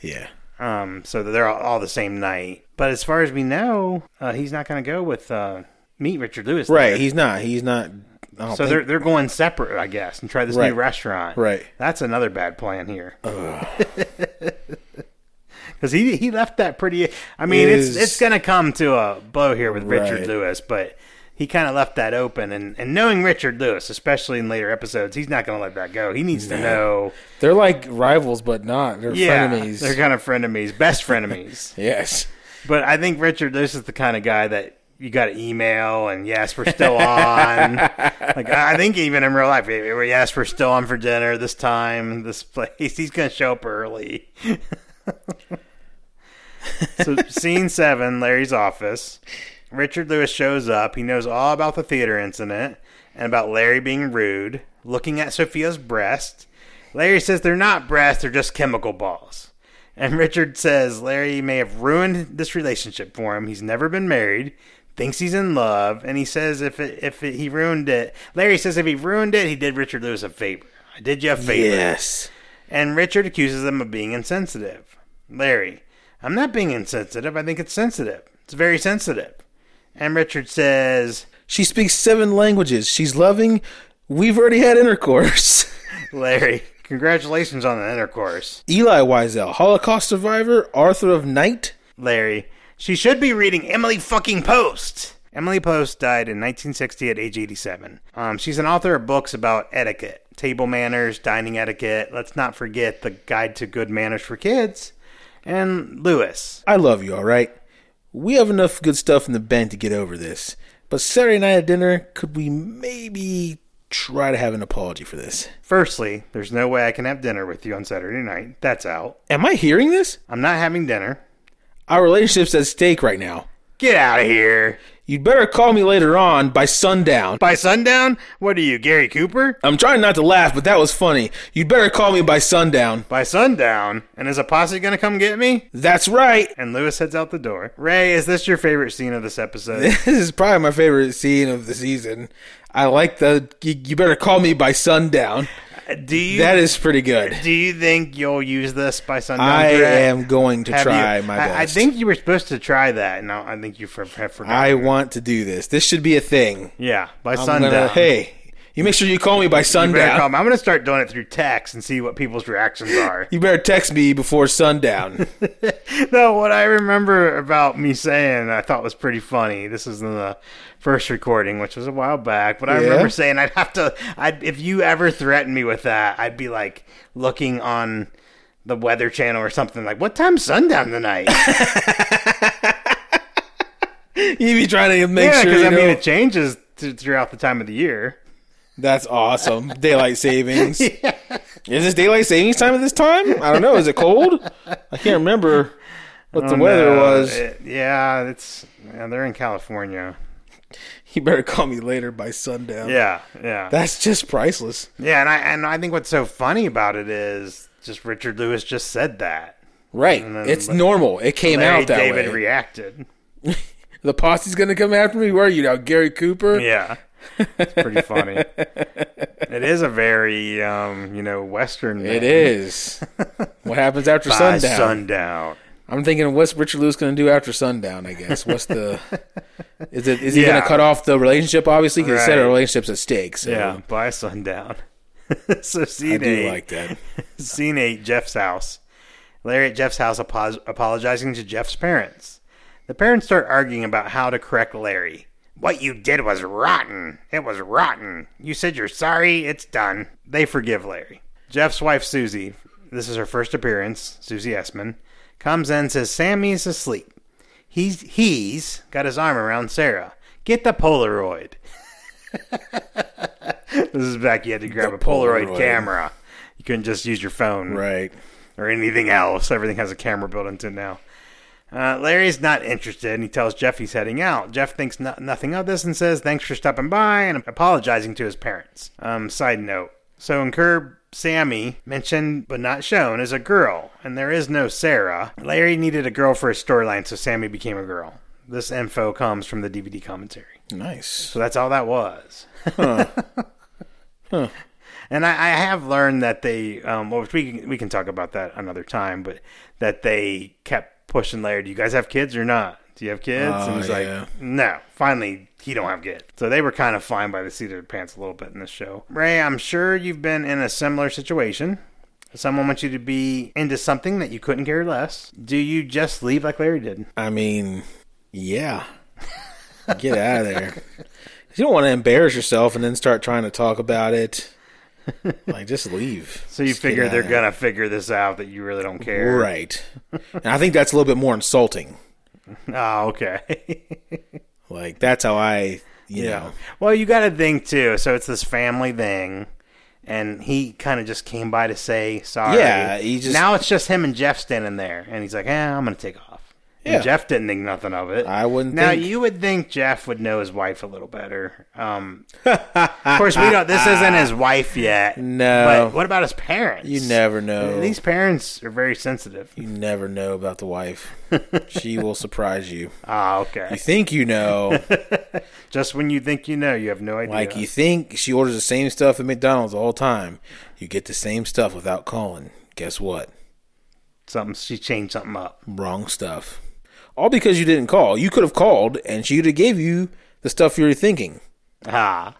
Yeah.
Um, so they're all, all the same night. But as far as we know, uh, he's not going to go with uh, meet Richard Lewis.
Right.
there.
He's not. He's not. I don't
So
think,
they're they're going separate, I guess, and try this
Right.
new restaurant.
Right.
That's another bad plan here. Because he he left that pretty. I mean,
Is-
it's it's gonna come to a blow here with Richard
Right.
Lewis, but he kind of left that open. And and knowing Richard Lewis, especially in later episodes, he's not gonna let that go. He needs to know.
they're like rivals, but not. They're
Yeah,
frenemies.
they're kind of frenemies, best frenemies.
yes.
But I think Richard, this is the kind of guy that you got to email and yes, we're still on. like I think even in real life, we- we- yes, we're still on for dinner this time, this place. He's gonna show up early. so scene seven, Larry's office. Richard Lewis shows up. He knows all about the theater incident and about Larry being rude, looking at Sophia's breast. Larry says they're not breasts, they're just chemical balls. And Richard says Larry may have ruined this relationship for him. He's never been married, thinks he's in love, and he says if it, if it, he ruined it, Larry says if he ruined it, he did Richard Lewis a favor. I did you a favor.
Yes.
And Richard accuses them of being insensitive. Larry, I'm not being insensitive. I think it's sensitive. It's very sensitive. And Richard says,
She speaks seven languages. She's loving. We've already had intercourse.
Larry, congratulations on the intercourse.
Eli Wiesel, Holocaust survivor, author of Night.
Larry, she should be reading Emily fucking Post. Emily Post died in 1960 at age 87. Um, she's an author of books about etiquette, table manners, dining etiquette. Let's not forget the Guide to Good Manners for Kids. And Lewis.
I love you, all right? We have enough good stuff in the bank to get over this. But Saturday night at dinner, could we maybe try to have an apology for this?
Firstly, there's no way I can have dinner with you on Saturday night. That's out.
Am I hearing this?
I'm not having dinner.
Our relationship's at stake right now.
Get out of here.
You'd better call me later on by sundown.
By sundown? What are you, Gary Cooper?
I'm trying not to laugh, but that was funny. You'd better call me by sundown.
By sundown? And is a posse gonna come get me?
That's right.
And Lewis heads out the door. Ray, is this your favorite scene of this episode?
This is probably my favorite scene of the season. I like the you, you better call me by sundown.
do you
That is pretty good.
do you think you'll use this by sundown?
I
Brett?
am going to
Have
try
you-
my
I-
best.
I, think you were supposed to try that, and I I think you for, have forgotten.
I want to do this. This should be a thing.
yeah, by
I'm
sundown.
gonna- hey, you make sure you call me by
You better
sundown.
come. I'm gonna start doing it through text and see what people's reactions are.
You better text me before sundown.
no, what I remember about me saying I thought was pretty funny. This is in the first recording, which was a while back, but I
Yeah.
remember saying I'd have to. I'd if you ever threatened me with that, I'd be like looking on the Weather Channel or something. Like, what time's sundown tonight?
you be trying to make
yeah,
sure.
because
You
I mean
know-
it changes th- throughout the time of the year.
That's awesome. Daylight savings. Is this daylight savings time at this time? I don't know. Is it cold? I can't remember what the weather
Oh, No,
was.
Uh, it- yeah, it's yeah, they're in California.
You better call me later by sundown.
Yeah, yeah.
That's just priceless.
Yeah, and I and I think what's so funny about it is just Richard Lewis just said that.
Right.
then
It's
La-
normal. It came
Larry
out that
David
way.
reacted.
the posse's going to come after me. Where are you now? Gary Cooper?
Yeah. It's pretty funny. it is a very um, you know, western
It is. what happens after
By
sundown?
sundown.
I'm thinking, what's Richard Lewis going to do after sundown? I guess. What's the? is it? Is he going
Yeah.
to cut off the relationship? Obviously, because he said
Right.
our relationship's at stake. So
Yeah, by sundown. so scene
I do
eight,
like that.
scene eight, Jeff's house. Larry at Jeff's house apo- apologizing to Jeff's parents. The parents start arguing about how to correct Larry. What you did was rotten. It was rotten. You said you're sorry. It's done. They forgive Larry. Jeff's wife, Susie, this is her first appearance, Susie Essman, comes in and says Sammy's asleep. He's, he's got his arm around Sarah. Get the Polaroid. this is back, you had to grab
The
a Polaroid,
Polaroid.
camera. You couldn't just use your phone
Right.
or anything else. Everything has a camera built into it now. Uh, Larry's not interested, and he tells Jeff he's heading out. Jeff thinks no- nothing of this and says thanks for stopping by and apologizing to his parents. Um, side note: so in Curb, Sammy mentioned but not shown is a girl, and there is no Sarah. Larry needed a girl for his storyline, so Sammy became a girl. This info comes from the DVD commentary.
Nice.
So that's all that was. And I, I have learned that they, um, well, we can, we can talk about that another time, but that they kept pushing Larry. Do you guys have kids or not? Do you have kids? and
Oh,
he's
yeah.
like, no. Finally, he don't have kids. So they were kind of flying by the seat of their pants a little bit in this show. Ray, I'm sure you've been in a similar situation. Someone wants you to be into something that you couldn't care less. Do you just leave like Larry did?
I mean, yeah. Get out of there. You don't want to embarrass yourself and then start trying to talk about it. Like, just leave.
So you
Just get
figure
out
they're
of
gonna figure this out that you really don't
there.
care.
Right. And I think that's a little bit more insulting.
Oh, okay.
Like, that's how I, you know.
Well, you got to think too. So it's this family thing, and he kind of just came by to say sorry.
Yeah, he just-
now it's just him and Jeff standing there, and he's like, "Yeah, I'm "Eh, gonna take off."
Yeah.
And Jeff didn't think nothing of it.
I wouldn't
Now
think.
you would think Jeff would know his wife a little better. Um, of course, we don't. This isn't his wife yet.
No.
But what about his parents?
You never know.
These parents are very sensitive.
You never know about the wife. she will surprise you.
Ah,
You
okay.
think you know,
Just when you think you know, you have no idea.
like you think she orders the same stuff at McDonald's all the time. You get the same stuff without calling. Guess what?
something she changed something up.
Wrong stuff. All because you didn't call. You could have called and she would have gave you the stuff you were thinking.
Ah.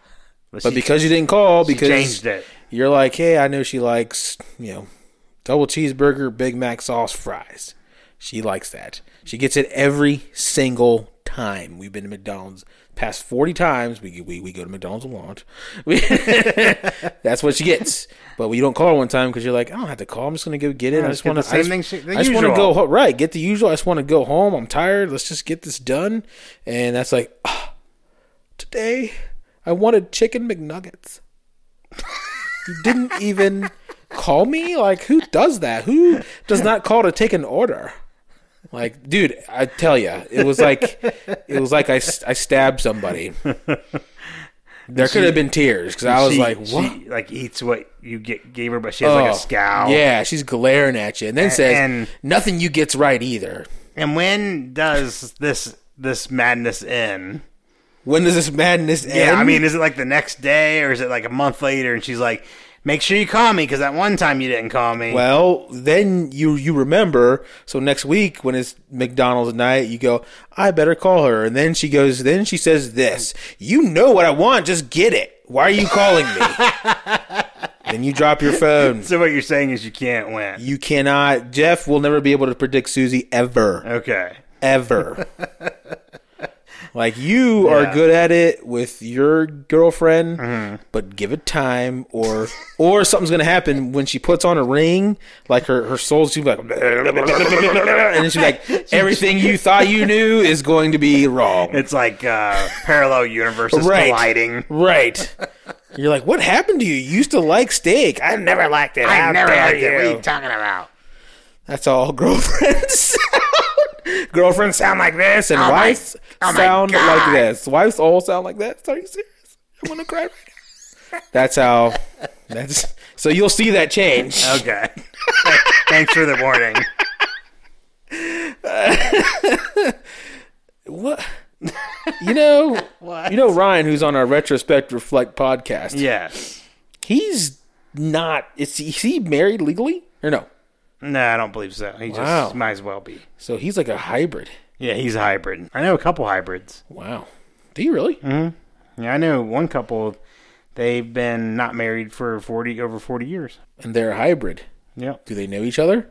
But because you didn't call,
she
because
changed it.
you're like, hey, I know she likes, you know, double cheeseburger, Big Mac sauce, fries. She likes that. She gets it every single time. We've been to McDonald's past 40 times. We, we, we go to McDonald's a lot. We- That's what she gets. But we don't call her one time because you're like, I don't have to call. I'm just going to go get it. I
let's
just
get
want
the
to.
same
I just,
thing she- the
I just want to
usual.
go ho- right. Get the usual. I just want to go home. I'm tired. Let's just get this done. And that's like, ah, today I wanted chicken McNuggets. you didn't even call me. Like, who does that? Who does not call to take an order? Like, dude, I tell you, it was like, it was like I, s- I stabbed somebody. There could have been tears because I was
She-
like, what?
She, like eats what you get, gave her, but she has like
Oh,
a scowl.
Yeah, she's glaring at you, and then says,
and-
"Nothing you gets right either."
And when does this this madness end?
When does this madness end?
Yeah, I mean, is it like the next day or is it like a month later? And she's like, "Make sure you call me because that one time you didn't call me."
well, then you you remember. So next week, when it's McDonald's night, you go, "I better call her." And then she goes, then she says, "This, you know what I want? Just get it. Why are you calling me?" then you drop your phone.
so what you're saying is you can't win.
You cannot. Jeff will never be able to predict Susie ever.
Okay.
ever. like you
Yeah.
are good at it with your girlfriend, but give it time, or or something's gonna happen when she puts on a ring. Like her her soul's she's like, and then she's like, everything you thought you knew is going to be wrong.
It's like uh, parallel universes
Right.
colliding.
Right. You're like, what happened to you? You used to like steak. I never liked it. How dare you?
talking about?
That's all girlfriends sound. girlfriends sound like this, and
my-
wives
oh my
sound
God.
like this. Wives all sound like that. Are you serious? I want to cry. Right now. That's how. That's so you'll see that change.
Okay. Thanks for the warning.
What? You know, you know Ryan, who's on our retrospect reflect podcast.
Yes.
He's not. Is he, is he married legally or no?
No, I don't believe so. He
Wow.
just might as well be.
So he's like a hybrid.
Yeah, he's a hybrid. I know a couple hybrids.
Wow. Do you really?
Mm-hmm. Yeah, I know one couple. They've been not married for forty over forty years.
And they're a hybrid.
Yeah.
Do they know each other?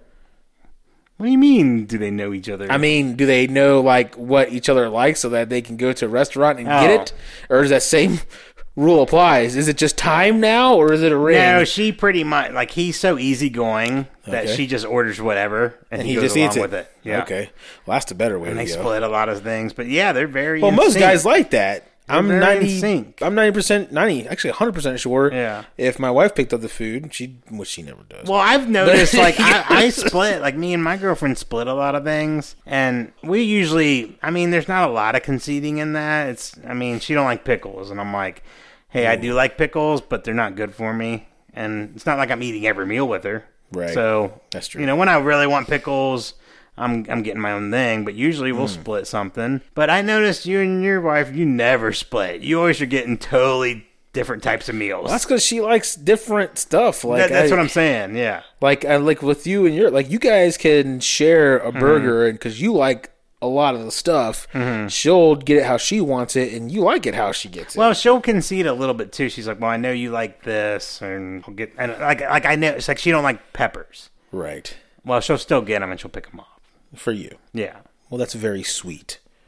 What do you mean? Do they know each other?
I mean, do they know like what each other likes so that they can go to a restaurant and get
Oh.
it, or is that same rule applies? Is it just time now, or is it a ring?
no, she pretty much like he's so easygoing that
Okay.
she just orders whatever and, he,
he
goes
just
along
eats it.
with it. Yeah.
Okay, well that's the better way
They
to go.
split a lot of things, but yeah, they're very.
well,
in
most
sync.
guys like that. I'm
very in
ninety.
sync.
I'm ninety percent, ninety actually hundred percent sure.
Yeah.
If my wife picked up the food, she which she never does.
Well, I've noticed like I, I split, like me and my girlfriend split a lot of things, and we usually, I mean, there's not a lot of conceding in that. It's, I mean, she don't like pickles, and I'm like, hey, I do like pickles, but they're not good for me, and it's not like I'm eating every meal with her.
Right.
So
That's true.
You know, when I really want pickles. I'm, I'm getting my own thing, but usually we'll
Hmm.
split something. But I noticed you and your wife, you never split. You always are getting totally different types of meals.
that's because she likes different stuff. Like
That- that's
I-
what I'm saying. Yeah.
Like I like with you and your like you guys can share
Mm-hmm.
a burger and because you like a lot of the stuff, she'll get it how she wants it and you like it how she gets
Mm-hmm.
it.
Well, she'll concede a little bit too. She's like, "Well, I know you like this, and I'll get and like like I know it's like she don't like peppers.
right.
Well, she'll still get them and she'll pick them up.
For you.
Yeah,
Well, that's very sweet.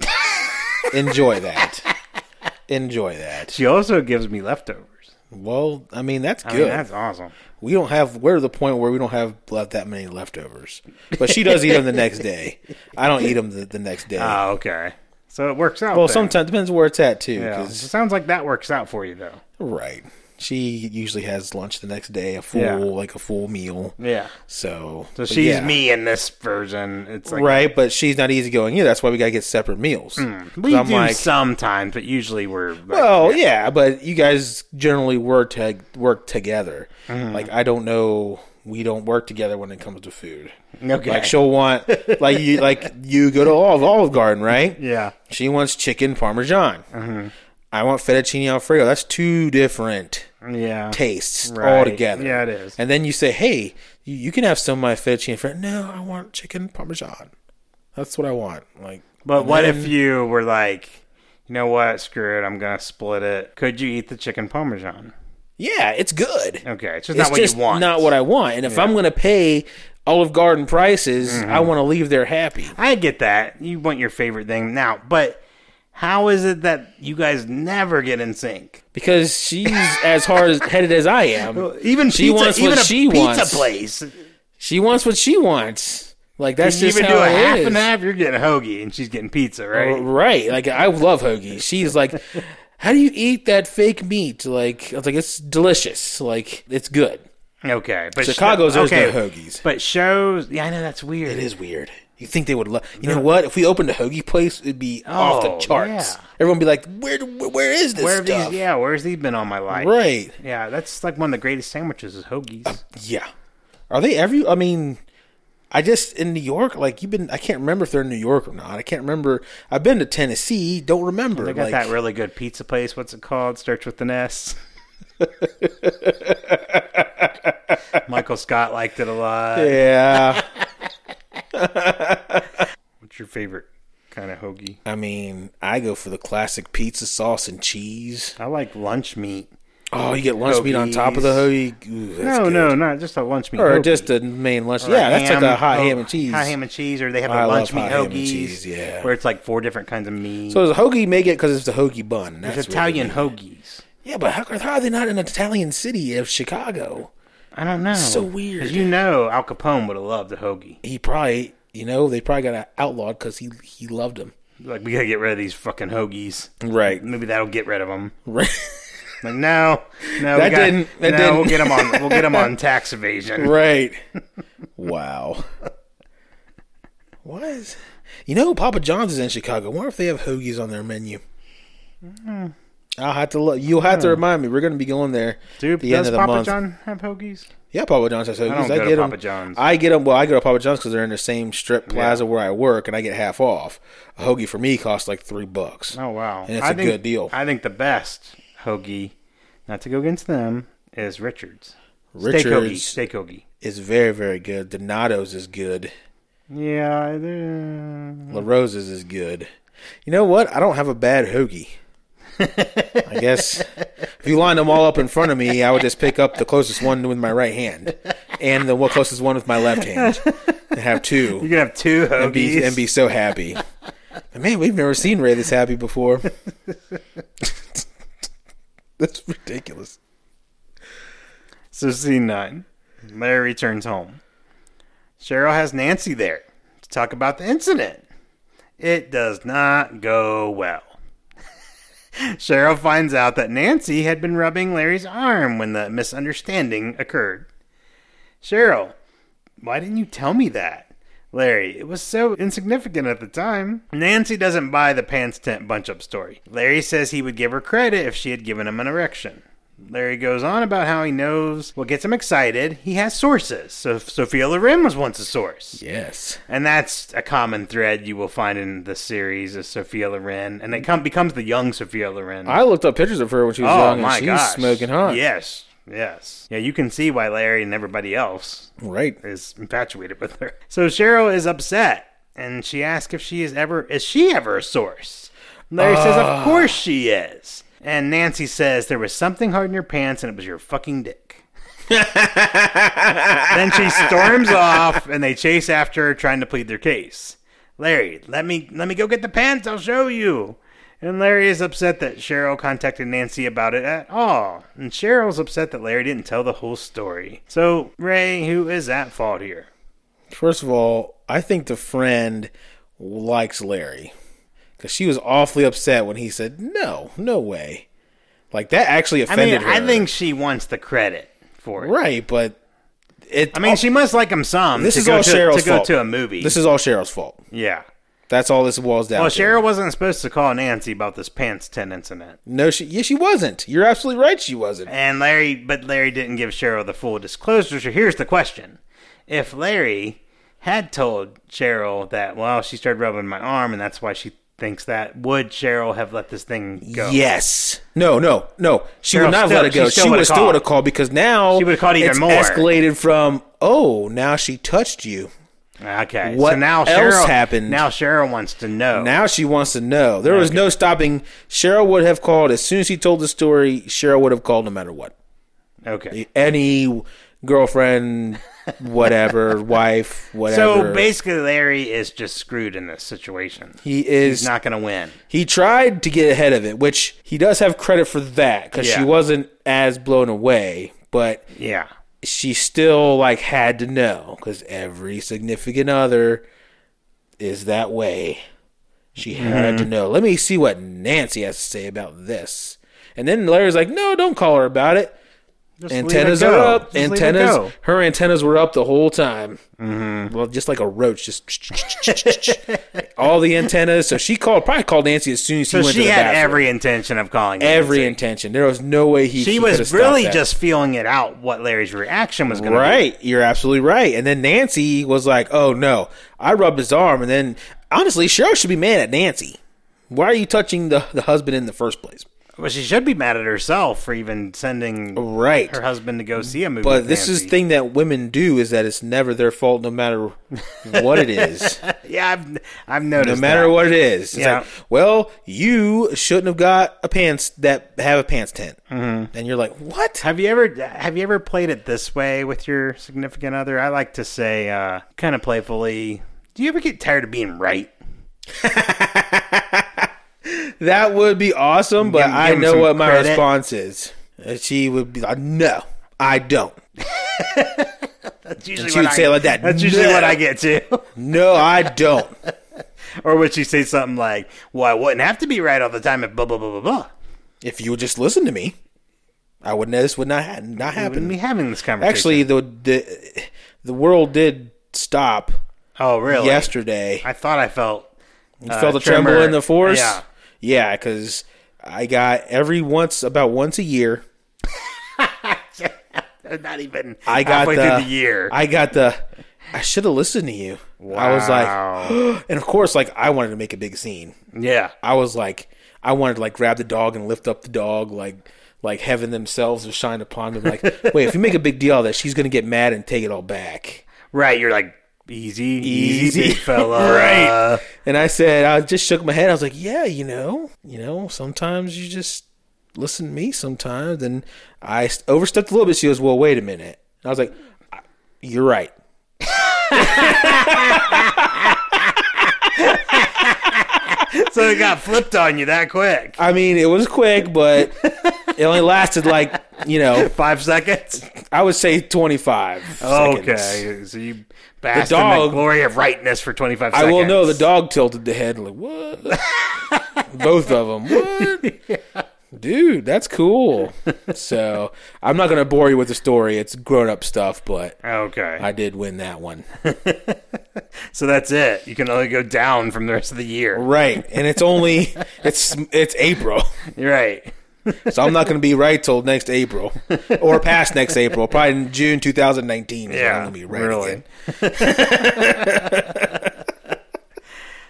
Enjoy that. Enjoy that.
she also gives me leftovers.
Well, I mean that's
I mean,
good.
that's awesome.
we don't have we're to the point where we don't have left that many leftovers. But she does eat them the next day. I don't eat them the, the next day.
Oh, okay. So it works out.
well,
then.
sometimes depends where it's at too.
Yeah. So
'cause-
it sounds like that works out for you though.
Right. She usually has lunch the next day, a full
Yeah.
like a full meal.
Yeah.
So,
So
but
she's
yeah.
me in this version. It's like
right? But she's not easygoing either. That's why we gotta get separate meals.
Hmm. we
'Cause I'm
do
like,
sometimes, but usually we're like,
well, yeah, but you guys generally work to work together.
Hmm.
Like I don't know, we don't work together when it comes to food.
okay.
Like she'll want like you like you go to Olive Olive Garden, right?
yeah. Mm-hmm.
She wants chicken parmesan. I want fettuccine alfredo. That's two different
Yeah.
tastes
Right.
altogether.
Yeah, it is.
And then you say, "Hey, you, you can have some of my fettuccine alfredo." No, I want chicken parmesan. That's what I want. Like,
But
and
what
then-
if you were like, you know what? Screw it. I'm gonna split it. Could you eat the chicken parmesan?
Yeah, it's good.
Okay, it's just not
It's
what
just
you want.
not what I want. And if I'm going to pay Olive Garden prices,
Mm-hmm.
I want to leave there happy.
I get that. You want your favorite thing now, but how is it that you guys never get in sync?
because she's as hard headed as I am.
Even
She
pizza,
wants what
even a
she
pizza
wants.
place.
She wants what she wants. Like that's
You
just
even do
how
a
it
half
is.
and half. You're getting hoagie, and she's getting pizza, right?
Right. Like I love hoagies. She's like, "How do you eat that fake meat?" Like I was like, "It's delicious. Like it's good."
Okay, but
Chicago's
sho-
there's
okay,
no hoagies.
But shows, yeah, I know that's weird.
It is weird. You think they would love? You know what? If we opened a hoagie place, it'd be off
Oh,
the charts.
yeah.
Everyone would be like, "Where? do- Where is this
Where have
stuff?"
these? Yeah, where's these been all my life?
Right.
Yeah, that's like one of the greatest sandwiches is hoagies.
Yeah. Are they every? I mean, I just in New York. Like you've been. I can't remember if they're in New York or not. I can't remember. I've been to Tennessee. Don't remember.
Oh, they got
like,
that really good pizza place. What's it called? Starts with an S. Michael Scott liked it a lot.
yeah.
What's your favorite kind of hoagie?
I mean, I go for the classic pizza sauce and cheese.
I like lunch meat.
Oh, you get lunch meat on top of the hoagie. Ooh, that's
No,
good.
no, not just a lunch meat.
Or
hoagie.
just the main lunch.
Or a
yeah, that's like
ham-
a hot
ho-
ham and cheese.
Hot ham and cheese, or they have
I
a lunch
love
meat
hot ham and
hoagies,
cheese, yeah.
where it's like four different kinds of meat.
so does hoagie make it because it's the hoagie bun? That's
it's
really
Italian
good.
hoagies.
Yeah, but how, how are they not in an Italian city of Chicago?
I don't know.
So weird.
Oh, 'Cause You know, Al Capone would have loved a hoagie.
he probably, you know, they probably got outlawed because he he loved him.
Like we gotta get rid of these fucking hoagies.
Right.
Maybe that'll get rid of them.
Right.
Like no, no,
That
we gotta-
didn't- that
no,
didn't.
we'll get them on. We'll get them on tax evasion.
right. wow. What? is- You know, Papa John's is in Chicago. I wonder if they have hoagies on their menu.
Mm-hmm.
I'll have to look. You'll have to remind me. We're going to be going there
Hmm. Dude,
at the end
does
of the
Papa
month.
John have hoagies?
Yeah, Papa John's has hoagies. I,
don't go to
get 'em-
Papa John's.
I get them. Well, I go to Papa John's because they're in the same strip plaza where I work, and I get half off. A hoagie for me costs like three bucks.
Oh wow,
And it's
I
a
think,
good deal.
I think the best hoagie, not to go against them, is Richards. Steak hoagie.
Richards-
Steak hoagie.
It's very, very good. Donato's is good.
Yeah, they're-
La Rosa's is good. You know what? I don't have a bad hoagie. I guess if you lined them all up in front of me, I would just pick up the closest one with my right hand and the what closest one with my left hand and have
you
two
can have two hoagies.
and be, and be so happy. But man, we've never seen Ray this happy before. That's ridiculous.
So scene nine, Larry returns home. Cheryl has Nancy there to talk about the incident. It does not go well. Cheryl finds out that Nancy had been rubbing Larry's arm when the misunderstanding occurred. Cheryl, why didn't you tell me that? Larry, it was so insignificant at the time. Nancy doesn't buy the pants tent bunch up story. Larry says he would give her credit if she had given him an erection. Larry goes on about how he knows what gets him excited. He has sources. So Sophia Loren was once a source.
Yes.
And that's a common thread you will find in the series of Sophia Loren. And it come, becomes the young Sophia Loren.
I looked up pictures of her when she was
oh
young and
my
she's
gosh.
smoking hot.
Yes. Yes. Yeah, you can see why Larry and everybody else
Right.
is infatuated with her. So Cheryl is upset and she asks if she is ever is she ever a source? Larry says,
Ah.
Of course she is. And Nancy says there was something hard in your pants and it was your fucking dick. then she storms off and they chase after her trying to plead their case. Larry, let me let me go get the pants, I'll show you. And Larry is upset that Cheryl contacted Nancy about it at all. And Cheryl's upset that Larry didn't tell the whole story. So, Ray, who is at fault here?
First of all, I think the friend likes Larry because she was awfully upset when he said, No, no way. Like that actually
I mean,
offended her.
I think she wants the credit for it.
right, but it.
I mean, she must like him some.
this
to
is
go
all
to,
Cheryl's
to go
fault.
to a movie.
This is all Cheryl's fault.
yeah.
That's all this boils down
Well,
to.
Cheryl wasn't supposed to call Nancy about this pants tent incident,
No, she. Yeah, she wasn't. You're absolutely right. She wasn't.
and Larry, but Larry didn't give Cheryl the full disclosure. So here's the question: If Larry had told Cheryl that, well, she started rubbing my arm, and that's why she thinks that, would Cheryl have let this thing go?
Yes. No, no, no. She
Girl,
would not have
still-
let it go.
she still
She
would've
would still
called.
would have called because now
She would've called even
it's
more.
Escalated from oh now she touched you.
Okay. so
What
now
else
Cheryl
happened?
Now Cheryl wants to know.
Now she wants to know. There was no stopping. Cheryl would have called as soon as he told the story. Cheryl would have called no matter what.
okay.
Any girlfriend, whatever, wife, whatever.
So basically, Larry is just screwed in this situation.
he is
He's not going to win.
He tried to get ahead of it, which he does have credit for that because
Yeah.
she wasn't as blown away, but
Yeah.
she still like had to know because every significant other is that way. She had
Mm-hmm.
to know. Let me see what Nancy has to say about this. And then Larry's like, "No, don't call her about it."
Just leave it
antennas
go.
are up.
Just leave it go.
antennas. Her antennas were up the whole time. Mm-hmm. Well, just like a roach, just all the antennas. So she called, probably called Nancy as soon as he
So
went
she
to the
had
bathroom.
every intention of calling.
Every
Nancy.
intention. There was no way he.
She
he could've
was
stopped
really
that.
just feeling it out what Larry's reaction was going to
right. You're absolutely right. And then Nancy was like, "Oh no, I rubbed his arm." And then honestly, Cheryl should be mad at Nancy. Why are you touching the the husband in the first place?
be. Well, she should be mad at herself for even sending
Right.
her husband to go see a movie.
Oh. But
with
this is the
Nancy.
thing that women do is that it's never their fault, no matter what it is.
Yeah, I've I've noticed.
no matter
that.
what it is. It's
Yeah.
like, well, you shouldn't have got a pants that have a pants tent. Mm-hmm. And you're like, what?
Have you ever have you ever played it this way with your significant other? I like to say, uh, kind of playfully, do you ever get tired of being right?
That would be awesome, but
Give-
I
give him
know
some
what my
credit.
response is. And She would be like, no, I don't.
That's usually
she would
I-
say it like that,
That's usually
"No."
what I get to.
No, I don't.
or would she say something like, "Well, I wouldn't have to be right all the time if blah blah blah blah blah."
if you would just listen to me, I would not this would not ha-
I wouldn't
not happen.
be having this conversation.
Actually, the, the the world did stop
oh really?
yesterday.
I thought I felt
You felt a
tremor.
tremble in the force.
Yeah.
yeah, because I got every once about once a year.
uh, not even
I got
halfway
the,
through the year.
I got the. I should have listened to you. I was like, and of course, like I wanted to make a big scene.
yeah,
I was like, I wanted to like grab the dog and lift up the dog, like like heaven themselves was shined upon them. Like, wait, if you make a big deal of that, she's gonna get mad and take it all back.
right. You're like easy, easy,
Easy.
big fella.
Right. And I said, I just shook my head. I was like, yeah, you know, you know, sometimes you just listen to me sometimes. And I s- overstepped a little bit. She goes, well, wait a minute. And I was like, I- you're right.
so it got flipped on you that quick.
I mean, it was quick, but it only lasted like, you know,
Five seconds.
I would say 25 seconds.
Okay, so you basked in the
dog-
glory of rightness for 25
I
seconds.
will know the dog tilted the head like, what? Both of them. What? Dude, that's cool. So I'm not going to bore you with the story. It's grown up stuff, but
Okay,
I did win that one.
so that's it. You can only go down from the rest of the year.
Right. And it's only it's it's April.
You're right.
So I'm not going to be right till next April or past next April, probably in June 2019. is when I'm
Yeah,
gonna be right
really.
again.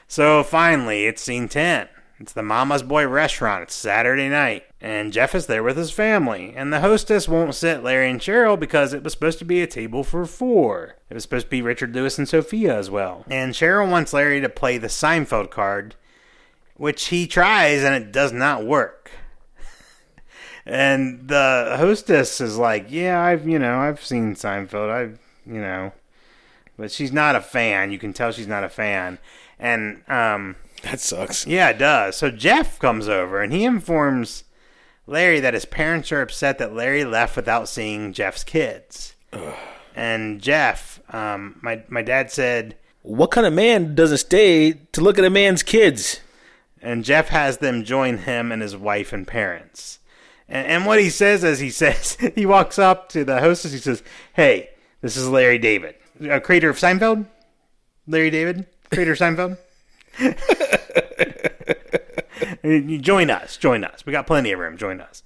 So finally, it's scene 10. It's the Mama's Boy restaurant. It's Saturday night. And Jeff is there with his family. And the hostess won't sit Larry and Cheryl because it was supposed to be a table for four. It was supposed to be Richard Lewis and Sophia as well. And Cheryl wants Larry to play the Seinfeld card, which he tries and it does not work. And the hostess is like, Yeah, I've, you know, I've seen Seinfeld. I've, you know. But she's not a fan. You can tell she's not a fan. And, um,.
That sucks.
Yeah, it does. So Jeff comes over and he informs Larry that his parents are upset that Larry left without seeing Jeff's kids. And Jeff, um, my my dad said,
What kind of man doesn't stay to look at a man's kids?
and Jeff has them join him and his wife and parents. And, and what he says is he says, he walks up to the hostess. He says, Hey, this is Larry David, a creator of Seinfeld. Larry David, creator of Seinfeld. You join us. Join us. We got plenty of room. Join us.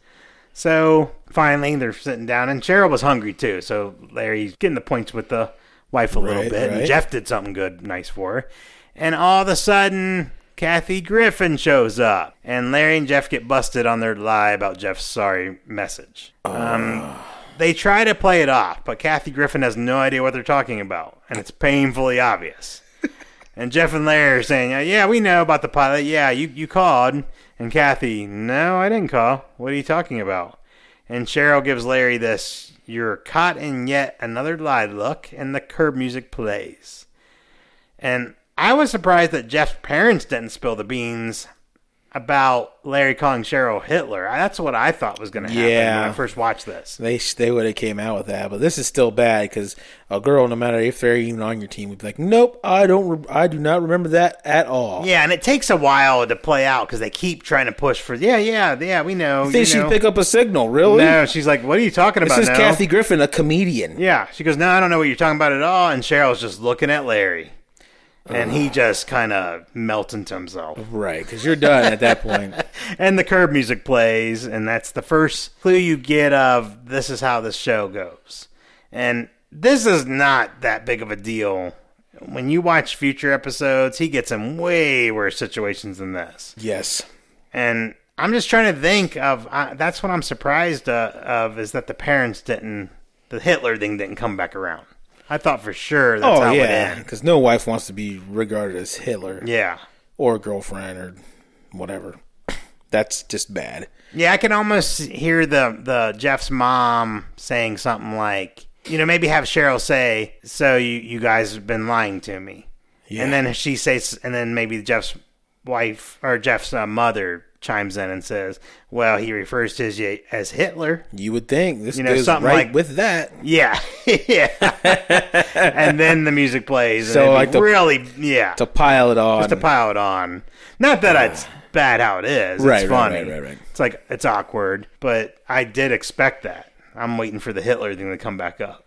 So finally, they're sitting down, and Cheryl was hungry too. So Larry's getting the points with the wife a little
Right,
bit. And
right.
Jeff did something good, nice for her. And all of a sudden, Kathy Griffin shows up, and Larry and Jeff get busted on their lie about Jeff's sorry message. Um,
Ah.
they try to play it off, but Kathy Griffin has no idea what they're talking about, and it's painfully obvious. And Jeff and Larry are saying, uh, "Yeah, we know about the pilot. Yeah, you you called." And Kathy, "No, I didn't call. What are you talking about?" And Cheryl gives Larry this, "You're caught in yet another lie." Look, and the curb music plays. And I was surprised that Jeff's parents didn't spill the beans about Larry calling Cheryl Hitler. I- That's what I thought was going to happen when
Yeah.
I first watched this.
They sh- they would have came out with that, but this is still bad because a girl, no matter if they're even on your team, would be like, "Nope, I don't, re- I do not remember that at all."
Yeah, and it takes a while to play out because they keep trying to push for. Yeah, yeah, yeah. We know.
Think
you know.
she'd pick up a signal, really?
No, she's like, "What are you talking about?"
this is
now?
Kathy Griffin, a comedian.
Yeah, she goes, "No, I don't know what you're talking about at all." And Cheryl's just looking at Larry, and he just kind of melts into himself.
Right, because you're done at that point.
And the curb music plays, and that's the first clue you get of this is how this show goes. And this is not that big of a deal. When you watch future episodes, he gets in way worse situations than this.
Yes.
and I'm just trying to think of uh, that's what I'm surprised uh, of is that the parents didn't the Hitler thing didn't come back around. I thought for sure that's
oh
how it
yeah,
would end.
because no wife wants to be regarded as Hitler
Yeah,
or girlfriend or whatever. That's just bad.
yeah, I can almost hear the the Jeff's mom saying something like, you know, maybe have Cheryl say, "So you you guys have been lying to me,"
Yeah.
and then she says, and then maybe Jeff's wife or Jeff's uh, mother chimes in and says, "Well, he refers to you as Hitler."
You would think this
You know,
goes
something
right
like-
with that.
Yeah, yeah. and then the music plays.
So,
So and
like,
like
the-
really, yeah,
to pile it on.
to pile it on. Not that it's bad how it is. It's
Right, right,
funny.
right, right, right.
It's like it's awkward, but I did expect that. I'm waiting for the Hitler thing to come back up.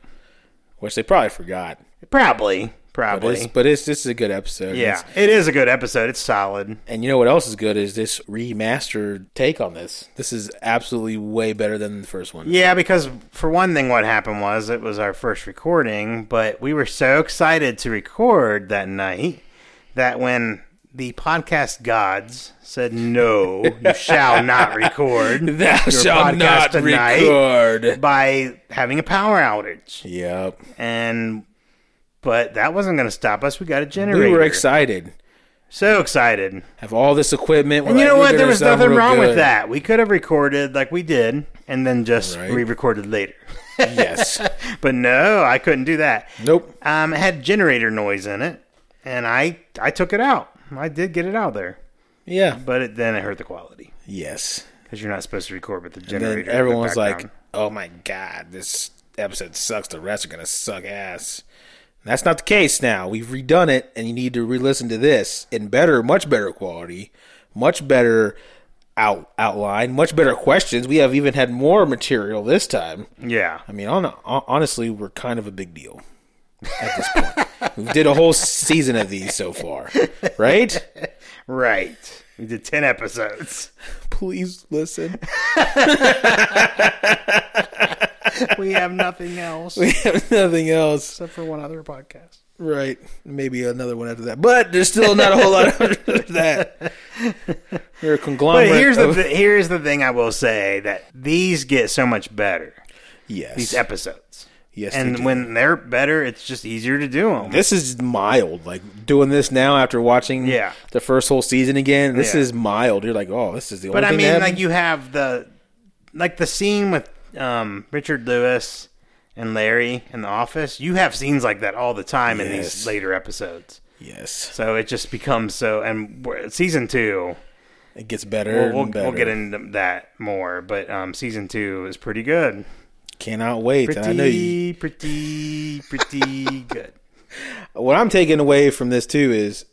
which they probably forgot.
Probably,
But it's,
probably.
but it's this is a good episode.
Yeah,
It's-
it is a good episode. It's solid.
and you know what else is good is this remastered take on this. This is absolutely way better than the first one.
Yeah, because for one thing, what happened was it was our first recording, but we were so excited to record that night that when the podcast gods said, No, you shall not record
Thou
your
shall
podcast
not
tonight
record.
by having a power outage.
Yep.
And. But that wasn't going to stop us. We got a generator.
We were excited.
so excited.
Have all this equipment. we're
And you
like,
know
we're
what? There
gonna
was
sound
nothing
real
wrong with
good.
that. We could have recorded like we did and then just
Right.
re recorded later.
yes.
But no, I couldn't do that.
Nope.
Um, it had generator noise in it, and I I took it out. I did get it out there,
Yeah.
but it, then it hurt the quality
Yes.
because you're not supposed to record with the generator.
Then
in the
everyone's like,
background.
"Oh my god, this episode sucks. The rest are gonna suck ass." That's not the case now. We've redone it, and you need to re-listen to this in better, much better quality, much better out outline, much better questions. We have even had more material this time.
"Yeah,
I mean, on, on, honestly, we're kind of a big deal at this point. we did a whole season of these so far, right?
right." We did ten episodes.
Please listen.
we have nothing else
We have nothing else.
except for one other podcast.
Right. Maybe another one after that. But there's still not a whole lot after that. You're a
But
conglomerate.
here's the
of-
th- here's the thing I will say that these get so much better.
yes.
These episodes.
Yes, they
and
do.
when they're better, it's just easier to do them.
this is mild. Like doing this now after watching
Yeah.
the first whole season again. This
Yeah.
is mild. You're like, oh, this is the
But
only
I
thing.
mean,
that
like
happened?
you have the like the scene with um, Richard Lewis and Larry in the office. You have scenes like that all the time in these
Yes.
later episodes.
yes,
So it just becomes so. And we're- season two,
it gets better.
we'll, we'll,
and better.
we'll get into that more. But um, season two is pretty good.
Cannot wait. And I know you,
Pretty, pretty, pretty good.
what I'm taking away from this too is,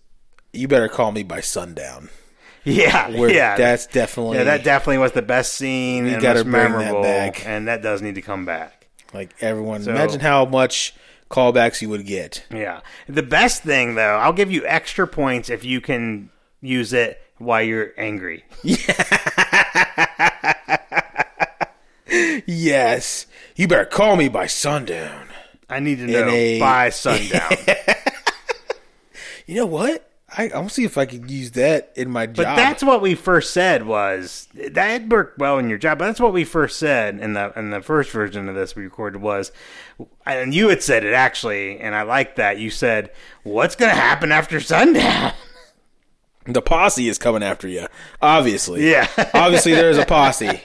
you better call me by sundown.
Yeah,
Where
yeah,
that's definitely
yeah. That definitely was the best scene and most
gotta bring that
memorable,
back.
and that does need to come back.
like everyone. imagine how much callbacks you would get.
Yeah. The best thing though, I'll give you extra points if you can use it while you're angry.
Yes, you better call me by sundown.
I need to know
a-
by sundown.
You know what? I, I'll see if I could use that in my
But
job.
that's what we first said was that worked well in your job. But that's what we first said in the in the first version of this we recorded was, and you had said it actually, and I like that you said, "What's gonna happen after sundown?"
the posse is coming after you. Obviously,
Yeah,
obviously there is a posse.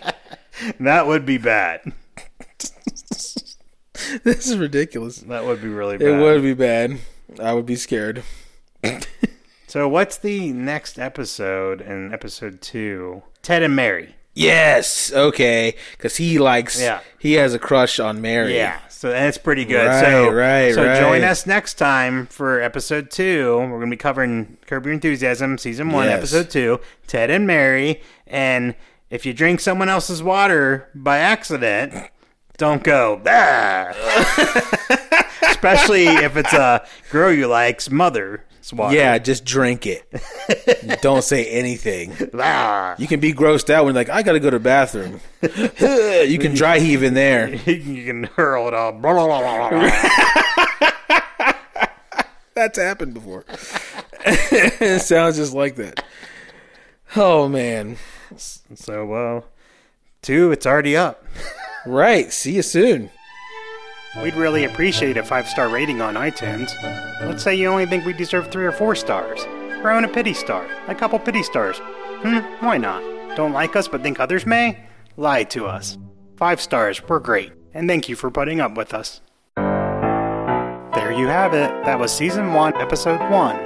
that would be bad.
this is ridiculous.
That would be really
It
bad.
would be bad. I would be scared.
So what's the next episode in episode two? Ted and Mary.
Yes. Okay. Because he likes.
Yeah.
He has a crush on Mary.
Yeah, so that's pretty good.
Right,
so,
right,
so
right.
join us next time for episode two. We're going to be covering Curb Your Enthusiasm, season one,
Yes.
episode two, Ted and Mary. And if you drink someone else's water by accident, don't go. "Ah." Especially if it's a girl you like's mother's water.
Yeah. Just drink it. Don't say anything.
Ah.
You can be grossed out when like I gotta go to the bathroom. you can dry heave in there.
You can hurl it all. Blah, blah, blah, blah, blah.
That's happened before. it sounds just like that. Oh man.
so, well, two, it's already up.
Right. See you soon.
We'd really appreciate a five star rating on iTunes. Let's say you only think we deserve three or four stars. Throw in a pity star, a couple pity stars. Hmm, why not? Don't like us but think others may? Lie to us. Five stars, we're great, and thank you for putting up with us. There you have it. That was season one, episode one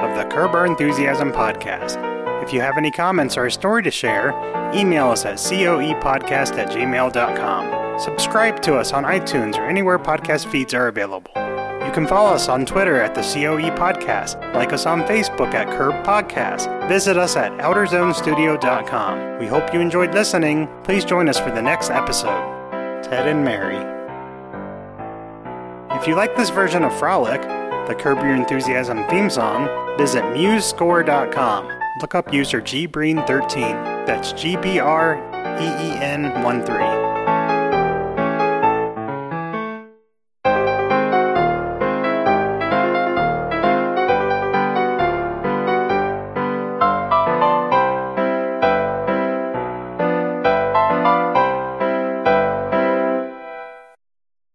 of the Curb Our Enthusiasm podcast. If you have any comments or a story to share, email us at coepodcast at gmail.com. Subscribe to us on iTunes or anywhere podcast feeds are available. You can follow us on Twitter at the COE Podcast, like us on Facebook at Curb Podcast. Visit us at outerzonestudio.com. We hope you enjoyed listening. Please join us for the next episode Ted and Mary. If you like this version of Frolic, the Curb Your Enthusiasm theme song, visit MuseScore.com. Look up user gbreen13. That's G B R E E N 1 3.